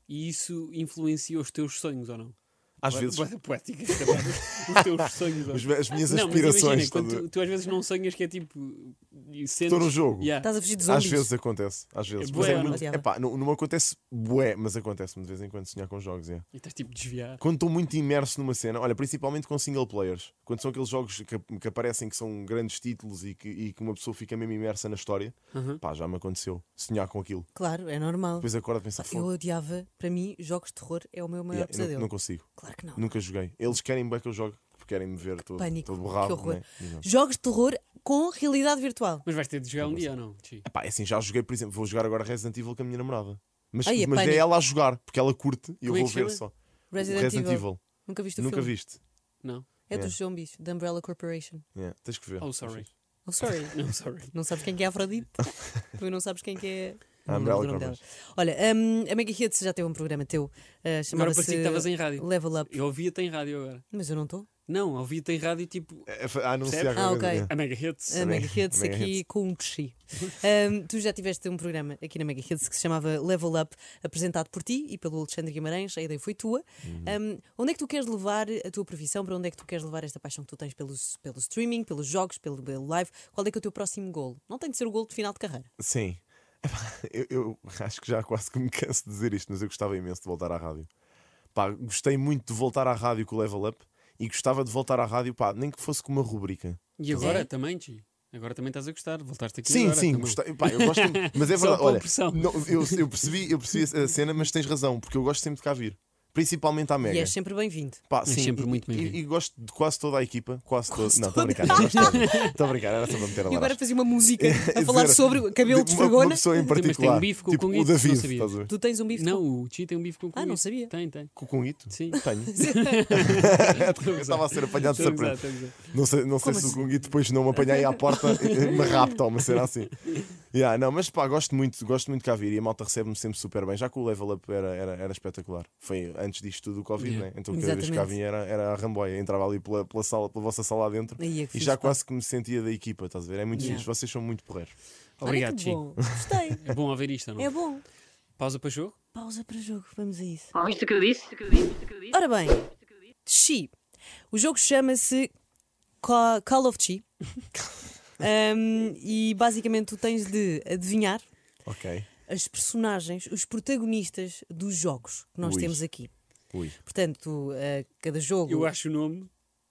e isso influencia os teus sonhos ou não? às vezes, Bué- bué poética esta merda. os teus sonhos ou as, não? as minhas Não, mas imagina, aspirações. quando todas- tu, tu às vezes não sonhas que é tipo. e Sentes, Estou no jogo. Yeah. Estás a fugir dos Às zombies. vezes acontece, às vezes. É mas bué, é não é? muito. Piada. Epá, não, não me acontece bué, mas acontece-me de vez em quando sonhar com jogos. é. E estás tipo desviar. Quando estou muito imerso numa cena, olha, principalmente com single players, quando são aqueles jogos que, que aparecem que são grandes títulos e que, e que uma pessoa fica mesmo imersa na história, Uhum. pá, já me aconteceu sonhar com aquilo. Claro, é normal. Depois acordo a pensar, Eu fogo, odiava, para mim, jogos de terror é o meu maior yeah, eu pesadelo. não, não consigo, Claro que não. nunca joguei. Eles querem bem que eu jogue, porque querem me ver todo, pânico, todo que borrado. horror. né? Exato. Jogos de terror com realidade virtual. Mas vais ter de jogar um dia ou não? Chi? Epá, é assim, já joguei, por exemplo, vou jogar agora Resident Evil com a minha namorada. Mas, Ai, é mas é pânico. ela a jogar, porque ela curte e eu Como é vou que ver chama? só. Resident, Resident Evil. Evil. Nunca viste o Nunca filme? viste. Não. É Yeah. dos zombies, da Umbrella Corporation. Yeah, tens que ver. Oh, sorry. Oh, sorry. Não, sorry. Não sabes quem que é a Afrodite. tu não sabes quem que é. A não me lembro Umbrella do nome dela. Corporation. Olha, hum, a Mega Hits já teve um programa teu uh, Agora chamado parecia que estavas em rádio. Level Up. Eu ouvia-te em rádio agora. Mas eu não estou. Não, ouvia-te em rádio tipo. É, foi- A anunciar Percebes? qualquer Ah, ok. coisa. A Mega Hits. A Mega Mega- Hits Mega aqui Hits. com um chi. Hum, tu já tiveste um programa aqui na Mega Hits que se chamava Level Up, apresentado por ti e pelo Alexandre Guimarães. A ideia foi tua. Hum, onde é que tu queres levar a tua profissão? Para onde é que tu queres levar esta paixão que tu tens pelo, pelo streaming, pelos jogos, pelo, pelo live? Qual é que é o teu próximo gol? Não tem de ser o gol de final de carreira. Sim. Epá, Eu, eu acho que já quase que me canso de dizer isto, mas eu gostava imenso de voltar à rádio. Pá, gostei muito de voltar à rádio com o Level Up e gostava de voltar à rádio, pá, nem que fosse com uma rubrica. E agora É. também, Chi? Agora também estás a gostar. Voltaste aqui Sim, agora sim, também. gostei, pá, eu gosto, mas é Só verdade, pela olha, pressão. não, eu, eu percebi, eu percebi a cena, mas tens razão, porque eu gosto sempre de cá vir. Principalmente à Mega. E és sempre bem-vindo. Pá, É sempre e- muito e, bem-vindo. e gosto de quase toda a equipa. Quase, Quase toda. Não, estou toda. a brincar. não gosto de toda. Estou a brincar, era só para meter a E agora laranja. fazia uma música a Dizer, falar sobre o cabelo de uma- Uma esfregona. pessoa tem em um particular. bife com- tipo, com o isso, não David, sabia. estás a ver? Tu tens um bife de Não, o Chi tem um bife com Ah, não cunhito. sabia. Tem, tem. Cucunguito? Sim. Tenho. Eu Estou estava a ser apanhado de a gozar, surpresa. estou a gozar. Não sei, não sei Como se assim? o Guito depois não me apanhar aí à porta, me rapta ou uma cena assim. Yeah, não, mas pá, gosto muito, gosto muito cá vir e a malta recebe-me sempre super bem. Já que o level up era, era, era espetacular. Foi antes disto tudo o Covid, Yeah. né? Então cada vez que cá Exatamente. vinha era, era a ramboia. Entrava ali pela, pela, sala, pela vossa sala lá dentro Aí é que e fixe, já pá. quase que me sentia da equipa, estás a ver? É muito Yeah. fixe, vocês são muito porreiros. Obrigado, Olha que Chi. bom. Gostei. É bom haver isto, ou não? É bom. Pausa para jogo? Pausa para jogo, vamos a isso. Ouviste o que eu disse? Ouviste o que eu disse? Ouviste o que eu disse? Ora bem, Chi. O jogo chama-se Ca- Call of Chi. Um, e basicamente tu tens de adivinhar Ok. as personagens, os protagonistas dos jogos que nós Ui. temos aqui. Ui. Portanto, tu, eh, cada jogo. Eu acho o nome.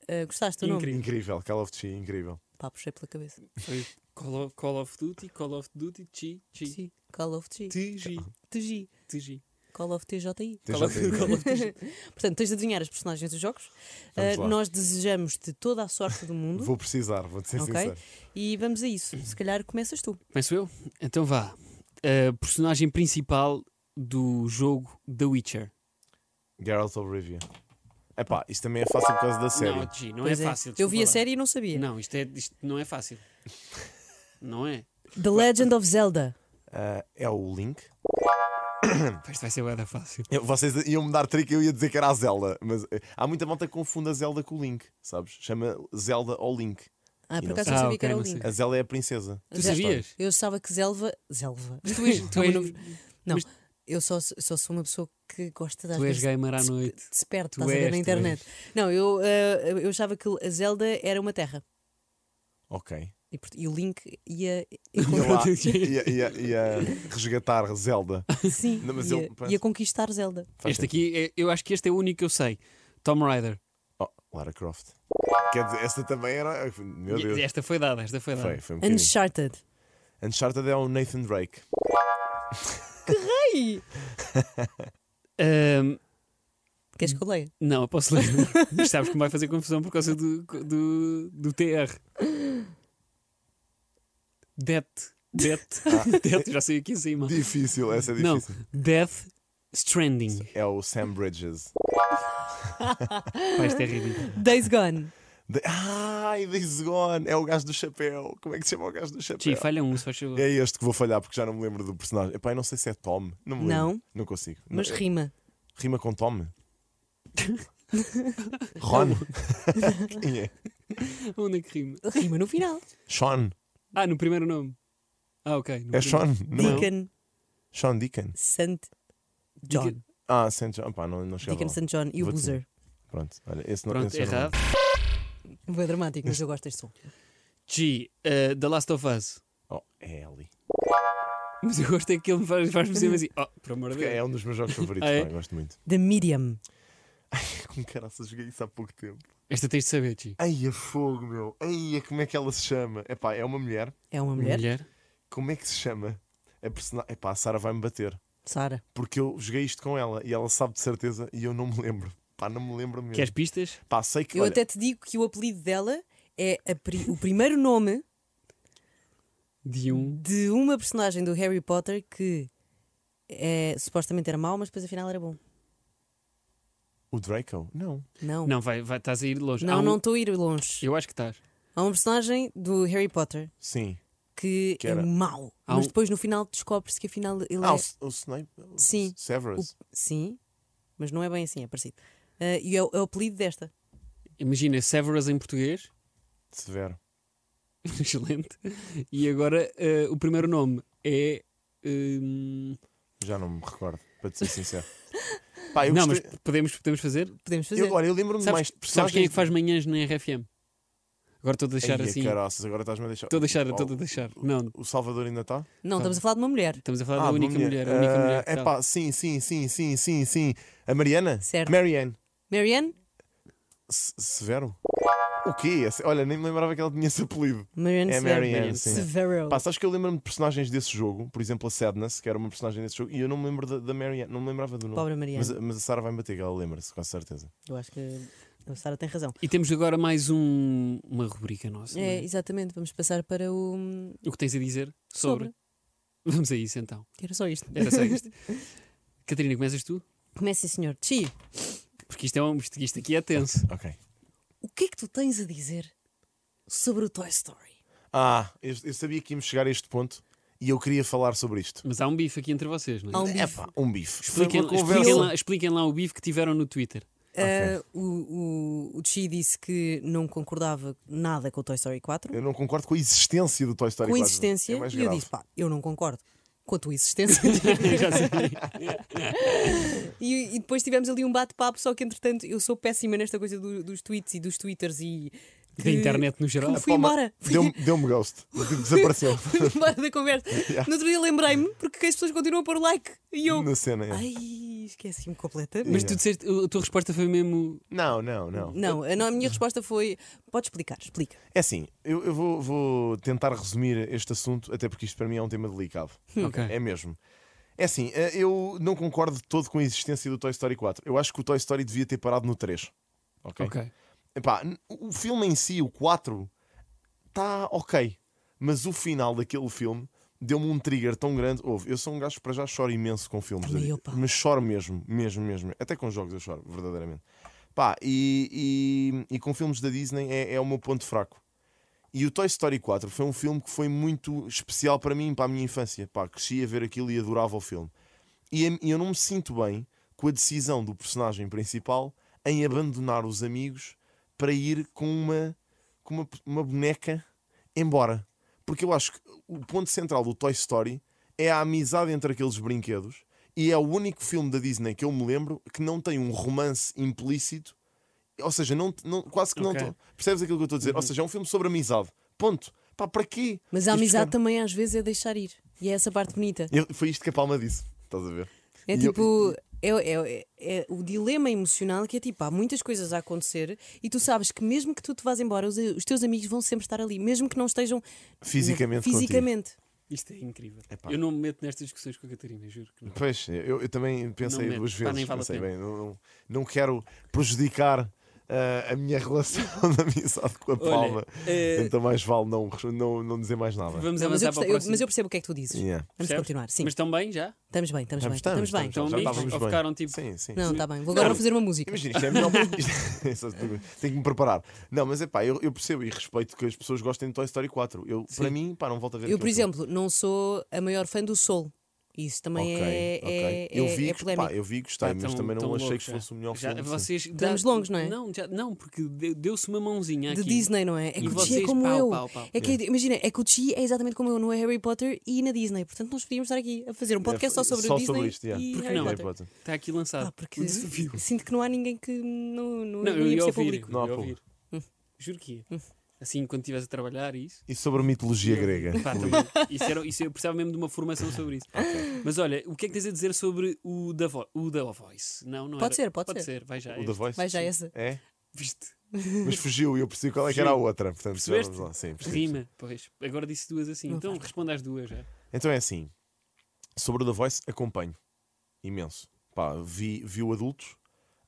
eh, gostaste do nome? Incrível. Incrível, Call of Duty, é incrível. Pá, puxei pela cabeça. Foi Call of, Call of Duty, Call of Duty, Chi, Chi, Chi. Call of Chi. TG, TG. TG. Call of TJI. Call Tens já of- tem- Call of TG. Portanto, tens de adivinhar as personagens dos jogos. Vamos Eh, lá. nós desejamos-te toda a sorte do mundo. Vou precisar, vou-te ser Hum? Ok. sincero. E vamos a isso. Se calhar começas tu. Penso eu? Então vá. A personagem principal do jogo The Witcher. Geralt of Rivia. Epá, isto também é fácil por causa da série. Não, Chi, não Pois é fácil. Eu desculpa vi a lá. série e não sabia. Não, isto, é, isto não é fácil. Não é? The Legend of Zelda. Ah, é o Link. Pá, Isto vai ser bué da fácil. Eu- vocês iam me dar trick eu ia dizer que era a Zelda, mas eh, há muita malta que confunde a Zelda com o Link, sabes? Chama Zelda ao Link. Ah, E por não acaso sei. não Ah, sabia que ok, era o não Link. A Zelda é a princesa. Tu Já- sabias? Eu achava que Zelva. Zelva. Tu és, tu É és, uma Não, Mas- eu só, só sou uma pessoa que gosta das tu és vezes gamer à de- noite. de se perde, Tu estás a ver és, na tu internet. Não, eu, eh, eu achava que a Zelda era uma terra. Ok. E, port- e o Link ia. Ia encontrar- lá, ia, ia- ia resgatar Zelda. Sim, Não, mas ia, eu penso- ia conquistar Zelda. Faz Este aqui, é- eu acho que este é o único que eu sei. Tom Rider. sentido. Oh, Lara Croft. Quer dizer, esta também era. Meu Deus. Esta foi dada, esta foi dada. Foi, foi um bocadinho. Uncharted. Uncharted é o Nathan Drake. Ai! Ahm, Queres Hum. que eu leia? não, eu posso ler. Mas sabes que me vai fazer confusão por causa do, do, do TR. Death. Death. Death, já sei aqui em cima. Ah. Difícil, essa é Não, difícil. Death Stranding. É o Sam Bridges. Pá, isto é ridículo. Days Gone. De... Ai, Days Gone. É o gajo do chapéu. Como é que se chama o gajo do Chi, chapéu? falha um, se faz favor. É este que vou falhar porque já não me lembro do personagem. Epá, eu não sei se é Tom. Não me lembro. Não. Não consigo. Mas Não, é- rima. Rima com Tom? Ron? Quem é? Onde é que rima? Rima no final. Sean. Ah, no primeiro nome. Ah, ok. no É primeiro. Sean? Não. é? Deacon Sean Deacon. Sant John. Dica- Ah, St. John. Pá, não, não chegava Deacon lá. St. John e o Vou-te- Boozer. Pronto, olha, esse não é Pronto, esse eu não errado. lembro. Foi dramático, mas eu gosto deste som. Chi, eh, The Last of Us. Oh, é Ellie. Mas eu gosto é que ele me faz, faz-me sempre assim. Oh, por amor de Porque Deus. é um dos meus jogos favoritos. Ah, é? pá, eu gosto muito. The Medium. Como caraças, joguei isso há pouco tempo. Esta tens de saber, Chi. Ai, a fogo, meu. Ai, como é que ela se chama? Epá, é uma mulher. É uma mulher? Como é que se chama? A personagem. Epá, a Sara vai-me bater. Sara. Porque eu joguei isto com ela e ela sabe de certeza e eu não me lembro. Pá, não me lembro mesmo. Queres pistas? Pá, sei que. Eu olha, até te digo que o apelido dela é a pri- o primeiro nome De um. de uma personagem do Harry Potter que é, supostamente era mau, mas depois afinal era bom. O Draco? Não. Não. Não, vai, vai, estás a ir longe. Há Não, um- não estou a ir longe. Eu acho que estás. Há um personagem do Harry Potter Sim. que, Que é era- mau, Há mas um- depois no final descobre-se que afinal ele Ah, é. o, S- o Snape? O Sim. Severus. o- Sim, mas não é bem assim, é parecido. Ah, e é, o- é o apelido desta. Imagina Severus em português. Severo. Excelente. E agora eh, o primeiro nome é. hum, Já não me recordo, para te ser sincero. Pá, Ah, eu não, gostei- mas podemos, podemos fazer? Podemos fazer. eu, olha, eu lembro-me Sabes, mais de sabes quem é personagens- que faz manhãs na RFM? Agora estou a deixar Ai, assim. Caraças, agora estás-me a deixar. Estou a deixar, estou a Oh, deixar. Não, O Salvador ainda tá? Ah, está? Não, estamos a falar de uma mulher. estamos Ah, a falar da única mulher. a única mulher que É tá. pá, sim, sim, sim, sim, sim, sim. A Mariana? Certo. Marianne. Marianne? Se- Severo? O quê? Esse- Olha, nem me lembrava que ela tinha esse apelido. Marianne É Severo. Marianne, sim. Severo. Pá, sabes que eu lembro-me de personagens desse jogo, por exemplo, a Sadness, que era uma personagem desse jogo, e eu não me lembro da, da Marianne, não me lembrava do nome. Pobre Marianne. Mas, eh, a- mas a Sara vai-me bater, que ela lembra-se, com certeza. Eu acho que a Sara tem razão. E temos agora mais um- uma rubrica nossa. não É, é? exatamente. Vamos passar para o. O que tens a dizer sobre. Sobre. Vamos a isso então. Era só isto. Era só isto. Catarina, começas tu? Comece, senhor. Chi, Porque isto, é um, isto isto aqui é tenso. Ok. o que é que tu tens a dizer sobre o Toy Story? Ah, eu, eu sabia que íamos chegar a este ponto e eu queria falar sobre isto. Mas há um bife aqui entre vocês, não é? Há um bife. É pá, um bife. Foi Expliquem, uma conversa. expliquem lá, expliquem lá o bife que tiveram no Twitter. Ah, o, o, o Chi disse que não concordava nada com o Toy Story 4, Eu não concordo com a existência do Toy Story com a 4. insistência, É mais e eu grave. disse: pá, eu não concordo com a tua existência. Já sei. e, e depois tivemos ali um bate-papo, só que entretanto eu sou péssima nesta coisa do- dos tweets e dos twitters e. Da que- internet no geral. que fui Ah, Pá, mas embora. Fui Deu-me deu-me ghost. Tipo, Desapareceu. fui embora da conversa. Yeah. No outro dia lembrei-me porque as pessoas continuam a pôr like e eu. Na cena. é. Ai, esqueci-me completamente. Mas tu disseste, a tua resposta foi mesmo. Não, não, não. Não, a, não, a minha resposta foi: pode explicar, explica. É assim, eu, eu vou, vou tentar resumir este assunto, até porque isto para mim é um tema delicado. Ok. É mesmo. É assim, eh, eu não concordo de todo com a existência do Toy Story 4. Eu acho que o Toy Story devia ter parado no 3. Ok. Ok. Epá, n- o filme em si, o 4, está ok. Mas o final daquele filme deu-me um trigger tão grande. Houve, eu sou um gajo que para já choro imenso com filmes. Também David. eu, pá. Mas choro mesmo, mesmo, mesmo. Até com jogos eu choro, verdadeiramente. Pá, e, e, e com filmes da Disney é, é o meu ponto fraco. E o Toy Story 4 foi um filme que foi muito especial para mim, para a minha infância. Pá, cresci a ver aquilo e adorava o filme. E a- e eu não me sinto bem com a decisão do personagem principal em abandonar os amigos para ir com uma, com uma, uma boneca embora. Porque eu acho que o ponto central do Toy Story é a amizade entre aqueles brinquedos e é o único filme da Disney que eu me lembro que não tem um romance implícito, ou seja, não, não- quase que não. Ok. to- Percebes aquilo que eu estou a dizer? Ou seja, é um filme sobre amizade. Ponto. Pá, para quê? Mas a Isto amizade fica- também às vezes é deixar ir. E é essa parte bonita. Eu- Foi isto que a Palma disse. Estás a ver? É E eu- tipo. É, é, é- é o dilema emocional que é tipo, há muitas coisas a acontecer e tu sabes que mesmo que tu te vás embora, os, os teus amigos vão sempre estar ali, mesmo que não estejam Fisicamente contigo. fisicamente. Isto é incrível. Epá. Eu não me meto nestas discussões com a Catarina, juro que não. Pois, eu, eu também pensei mete. duas Pá, vezes. nem vale a pensei, pena. bem, não, não, não quero prejudicar ah, a minha relação de amizade com a Olha, Palma. eh, Então mais vale não, não, não dizer mais nada. Vamos Não, mas, eu avançar para o percebo, eu- próximo. mas eu percebo o que é que tu dizes. Yeah. Vamos Percebes? continuar, sim. Mas Então, estão bem já? Estamos bem, estamos bem, estamos, bem. estamos já então bem. estávamos Ou bem. ficaram, tipo- Sim, sim. Não, está bem. Vou agora Não. fazer uma música. Imagina, isto é melhor. isto- Isso é tudo. Tenho que me preparar. Não, mas é pá, eu, eu percebo e respeito que as pessoas gostem de Toy Story 4. Eu, para mim, pá, não volto a ver. Eu, aquele por filme. exemplo, não sou a maior fã do Sol. Isso também Ok, é, ok. é, eu vi, é, é que- polémico. pá, eu vi e gostei, Pá, mas tão- também tão não achei loucos que já. fosse o melhor já, filme. sim. Vocês Estamos longos, não é? Não, já- não porque deu- deu-se uma mãozinha de aqui. Disney, não é? É E que o Chi vocês, é como pau, eu. pau, pau. É que, imagina, é que o Chi é exatamente como eu no Harry Potter e na Disney. Portanto, nós podíamos estar aqui a fazer um podcast só sobre É, só o Disney sobre isto, yeah. é e Porque Harry não? Harry Potter. Potter. Está Tá aqui lançado. Ah, porque O desafio. sinto que não há ninguém que não, não, Não, não eu ia ia ser ouvir. público. Hum. Não há eu ia público. ouvir. Juro que ia. Assim, quando estivesse a trabalhar e isso. E sobre a mitologia grega. Pá, também, isso, era, isso eu precisava mesmo de uma formação sobre isso. Mas olha, o que é que tens a dizer sobre o da, vo o da Voice? Não, não Pode era. ser, pode pode ser. ser. Vai já. O da este. Voice? Vai já essa. É? Viste? Mas fugiu e eu percebi qual é que era a outra. Portanto, já Percebeste? vamos lá. Sim, percebi, percebi. Rima. Pois. Agora disse duas assim. Não então responda às duas já. Então é assim: sobre o The Voice, acompanho imenso. Pá, vi, vi o adultos,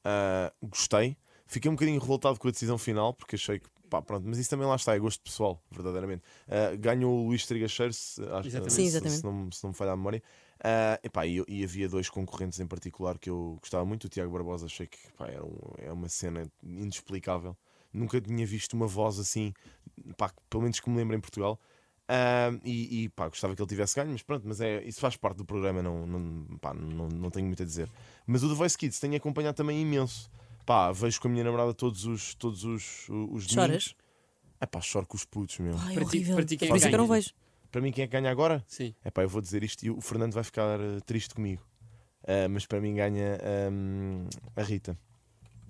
ah, gostei. Fiquei um bocadinho revoltado com a decisão final, porque achei que. Pá, pronto, mas isso também lá está, é gosto pessoal, verdadeiramente. Ah, ganhou o Luís Trigacheiro, se, acho- Exatamente. se- Sim, exatamente. se não, se não me falha a memória. Ah, epá, e, eu- e havia dois concorrentes em particular que eu gostava muito. O Tiago Barbosa, achei que pá, era um- é uma cena inexplicável. Nunca tinha visto uma voz assim, pá, que- pelo menos que me lembro em Portugal. Ah, e, e, pá, gostava que ele tivesse ganho, mas pronto, mas é, isso faz parte do programa, não, não, pá, não, não tenho muito a dizer. Mas o The Voice Kids tenho acompanhado também imenso. Pá, vejo com a minha namorada todos os. Todos os, os domingos. Choras? Ah, pá, choro com os putos, meu. Ai, é Para ti- horrível. para ti quem Por isso é que eu não ganha? vejo. Para mim, quem é que ganha agora? Sim. É pá, eu vou dizer isto e o Fernando vai ficar eh, triste comigo. Ah, mas para mim ganha ahm, a Rita,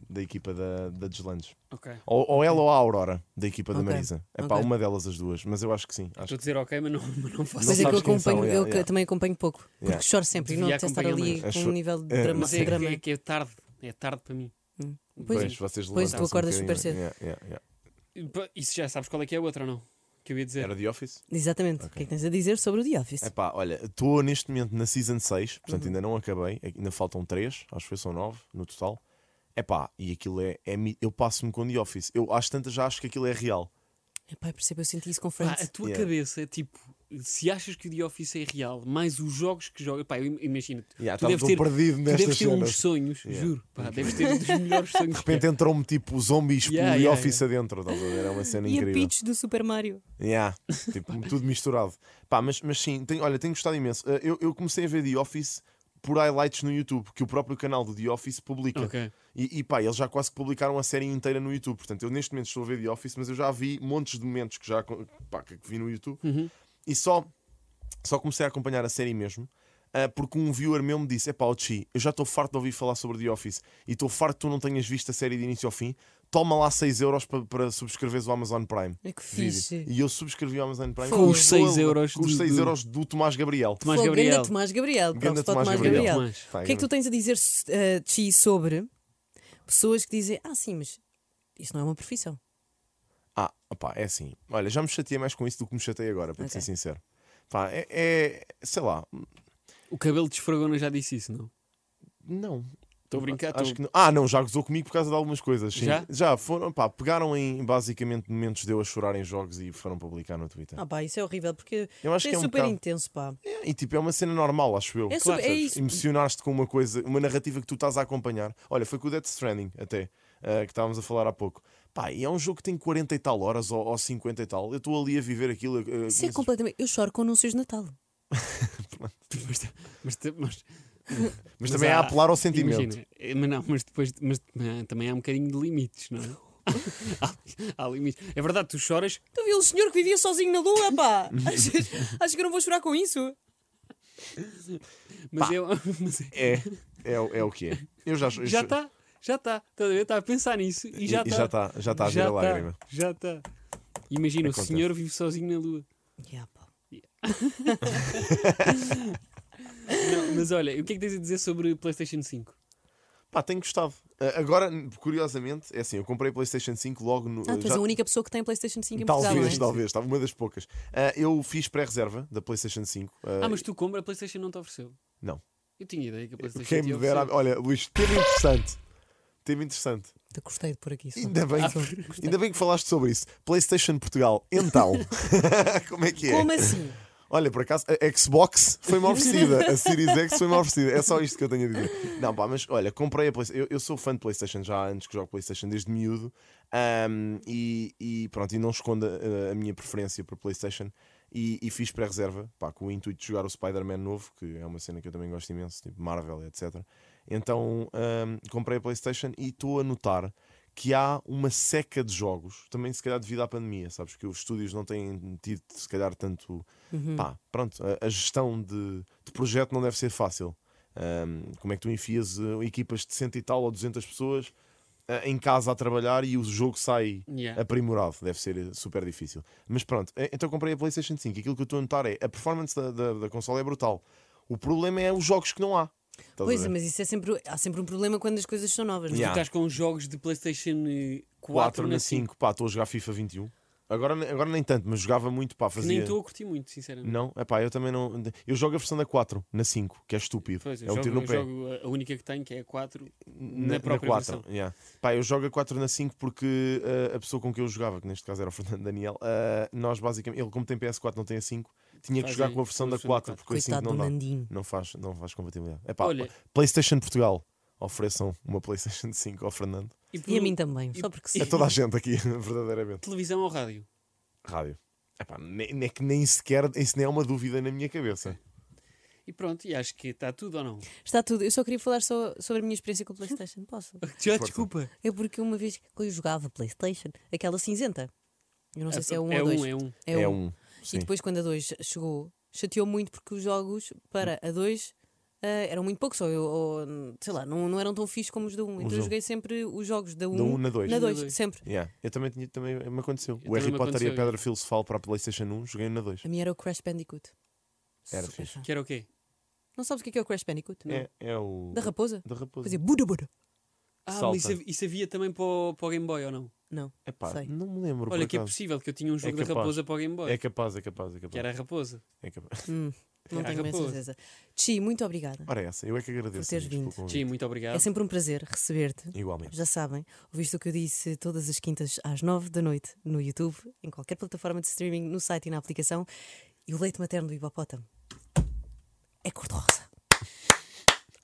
da equipa da, da Deslandes. Ok. Ou, ou ela ou a Aurora, da equipa da Ok, Marisa. É pá, ok. uma delas as duas, mas eu acho que sim. Acho Estou a dizer ok, mas não, mas não faço. Mas é que eu, sabes quem são, acompanho, eu yeah, que- yeah. também acompanho pouco. Porque Yeah. choro sempre e não Devia apetece estar acompanhar ali mais. com Acho- um nível de É, drama. Mas é, que- drama. é que é tarde. É tarde para mim. Hum. Pois é. vocês Pois, tu levantam-se um acordas bocadinho. super cedo. Yeah, yeah, yeah. Pá, Isso já sabes qual é que é a outra ou não? Que eu ia dizer. Era The Office? Exatamente. O que é que tens a dizer sobre o The Office? É pá, olha, estou neste momento na Season 6, portanto Uhum. ainda não acabei, ainda faltam 3, acho que foi são 9 no total. É pá, e aquilo é. é mi- eu passo-me com The Office. Eu às tantas já acho que aquilo é real. Epá, É eu percebo, eu senti isso com Pá, Friends. a tua Yeah. cabeça é tipo, se achas que o The Office é real, mais os jogos que joga. Pá, eu- imagina, tu, Yeah, tu estava deves tão ter, perdido tu nestas deves ter cenas. uns sonhos, Yeah. juro. Pá, deves ter um dos melhores sonhos. um De repente entrou-me tipo zombies Yeah, pelo yeah, The Office adentro, estás a ver? É uma cena E a incrível. Peach do Super Mario. Yeah, tipo, tudo misturado. Pá, mas, mas sim, tenho, olha, tenho gostado imenso. Uh, Eu, eu comecei a ver The Office por highlights no YouTube, que o próprio canal do The Office publica. Ok. E, e pá, eles já quase que publicaram a série inteira no YouTube. Portanto, eu neste momento estou a ver The Office, mas eu já vi montes de momentos que já co- pá, que que vi no YouTube. E só, só comecei a acompanhar a série mesmo. ah, porque um viewer meu me disse: É pá, Ochi, eu já estou farto de ouvir falar sobre The Office e estou farto que tu não tenhas visto a série de início ao fim. Toma lá 6€ euros para, para subscreveres o Amazon Prime. É que Vídeo. fixe. E eu subscrevi o Amazon Prime Com e os estou a- 6 euros com os do- 6 do- euros do Tomás Gabriel. Tomás Fogo, Gabriel. Ganda Tomás Gabriel. Ganda Props para o Tomás Tomás Gabriel. Gabriel. Tomás. O que é que tu tens a dizer, eh, Chi, sobre pessoas que dizem, ah, sim, mas isso não é uma profissão. Ah, opá, é assim. Olha, já me chateei mais com isso do que me chatei agora, para te Ok. ser sincero. Pá, é, é- Sei lá. O cabelo de esfragona já disse isso, não? Não. Estou a brincar, Acho estou- que não. Ah, não, já gozou comigo por causa de algumas coisas. Sim. Já? foram, pá, pegaram em basicamente momentos de eu a chorar em jogos e foram publicar no Twitter. Ah pá, isso é horrível, porque Eu acho é, que é um super bocado- intenso, pá. É, e tipo, é uma cena normal, acho eu. É, Claro, super, é sabes, isso. emocionaste com uma coisa, uma narrativa que tu estás a acompanhar. Olha, foi com o Death Stranding, até, ah, que estávamos a falar há pouco. Pá, e é um jogo que tem 40 e tal horas ou, ou 50 e tal. Eu estou ali a viver aquilo. ah, Isso é nessas- completamente... Eu choro com anúncios de Natal. Mas, mas, mas- Mas, mas também é há- apelar ao sentimento. Imagina, eh, mas não, mas depois mas, ah, também há um bocadinho de limites, não é? há, há limites. É verdade, tu choras, Tu viu o senhor que vivia sozinho na lua, pá? Achas, achas que eu não vou chorar com isso? mas, é, mas é- É, é, o- é o que é. Eu já eu já cho- está, já está. Estás a ver? Está a pensar nisso e E já já está. está já tá a vir a tá, lágrima. Já está. Imagina, Acontece. o senhor vive sozinho na lua. Yeah, pá. Não, mas olha, o que é que tens a dizer sobre PlayStation 5? Pá, tenho gostado. Ah, Agora, curiosamente, é assim, eu comprei PlayStation 5 logo no. Ah, tu és já- a única pessoa que tem PlayStation 5 em Portugal, Talvez, não é? talvez, estava uma das poucas. Ah, eu fiz pré-reserva da PlayStation 5. ah, Ah, mas tu compra, a PlayStation não te ofereceu. Não. Eu tinha ideia que a PlayStation Quem te me dera. ofereceu. Olha, Luís, tema interessante. Tema interessante. Te gostei de por aqui. só. Ainda bem, Só. que, ainda bem que falaste sobre isso. PlayStation Portugal, então. Como é que é? Como assim? Olha, por acaso, a Xbox foi-me oferecida. A Series X foi-me oferecida. É só isto que eu tenho a dizer. Não, pá, mas olha, comprei a PlayStation. Eu, eu sou fã de PlayStation já há antes que jogo PlayStation, desde miúdo. Ahm, e, e pronto, e não escondo a, a minha preferência por PlayStation. E, e fiz pré-reserva, pá, com o intuito de jogar o Spider-Man novo, que é uma cena que eu também gosto imenso, tipo Marvel, etc. Então ahm, comprei a PlayStation e estou a notar que há uma seca de jogos, também se calhar devido à pandemia, sabes? Que os estúdios não têm tido, se calhar, tanto. Pá, pronto, a, a gestão de, de projeto não deve ser fácil. Ahm, como é que tu enfias eh, equipas de 100 e tal ou 200 pessoas eh, em casa a trabalhar e o jogo sai Yeah. aprimorado? Deve ser eh, super difícil. Mas pronto, eh, então comprei a PlayStation 5. Aquilo que eu estou a notar é a performance da, da, da consola é brutal. O problema é os jogos que não há. Estás a Pois é, ver? mas isso é sempre. Há sempre um problema quando as coisas são novas, não é? Tu Yeah. estás com jogos de PlayStation eh, 4, 4 na 5. 5, pá, estou a jogar FIFA 21. Agora, agora nem tanto, mas jogava muito, pá, Que fazia. nem estou a curtir muito, sinceramente. Não, é pá, eu também não. Eu jogo a versão da 4 na 5, que é estúpido. Pois, eu é um jogo, tiro no eu pé. jogo a- a única que tenho, que é a 4, Na- na, na própria quatro, versão. yeah. Pá, eu jogo a 4 na 5 porque ah, a pessoa com quem eu jogava, que neste caso era o Fernando Daniel, ah, nós basicamente, ele como tem PS4 não tem a 5, tinha que Fazem jogar com a versão da 4, porque a 5 Coitado do não dá. Nandinho. Não faz, não faz compatibilidade. É pá, Olha. PlayStation Portugal, ofereçam uma PlayStation 5 ao Fernando. por E a um- mim também, só porque A sim. toda a gente aqui, verdadeiramente. Televisão ou rádio? Rádio. Epá, ne- ne- que nem sequer, isso nem é uma dúvida na minha cabeça. E pronto, e acho que está tudo ou não? Está tudo. Eu só queria falar só sobre a minha experiência com o PlayStation. Posso? Já, desculpa. É porque uma vez que eu jogava PlayStation, aquela cinzenta. Eu não sei se é um é ou dois. um, é um. É um. sim. E depois, quando a 2 chegou, chateou muito porque os jogos para a 2 eram muito poucos, ou, eu- ou, sei lá, não, não eram tão fixos como os da 1. Um. Então eu jogo. joguei sempre os jogos da 1 Da um na dois. na Na 2, dois. sempre. Yeah. Eu também, tinha, também me aconteceu. Eu o Harry também me Potter e a aconteceu, Pedra Filosofal para a PlayStation 1, joguei na 2. A minha era o Crash Bandicoot. Era Super fixe. fã. Que era o quê? Não sabes o que é, que é o Crash Bandicoot? É, é o. Da raposa? Da raposa. Fazia buda buda. Ah, Salta. mas isso, hav- isso havia também para o, para o Game Boy ou não? Não. Epá, é Sei. não me lembro. Olha, por que é acaso. possível que eu tinha um jogo da capaz. raposa para o Game Boy. É capaz, é capaz, é capaz. Que era a raposa. É capaz. Hum, não Era tenho bem raposo. certeza. Chi, muito obrigada. Ora, essa, eu é que agradeço. teres amigos, vindo. pelo convite. Sim, muito obrigado. É sempre um prazer receber-te. Igualmente. Já sabem, ouviste o que eu disse todas as quintas às nove da noite no YouTube, em qualquer plataforma de streaming, no site e na aplicação. E o leite materno do hipopótamo é cor-de-rosa.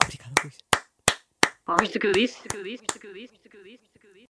Obrigada, Luís. Viste o que eu disse? Viste o que eu disse? Viste o que eu disse? Viste o que eu disse? Viste o que eu disse?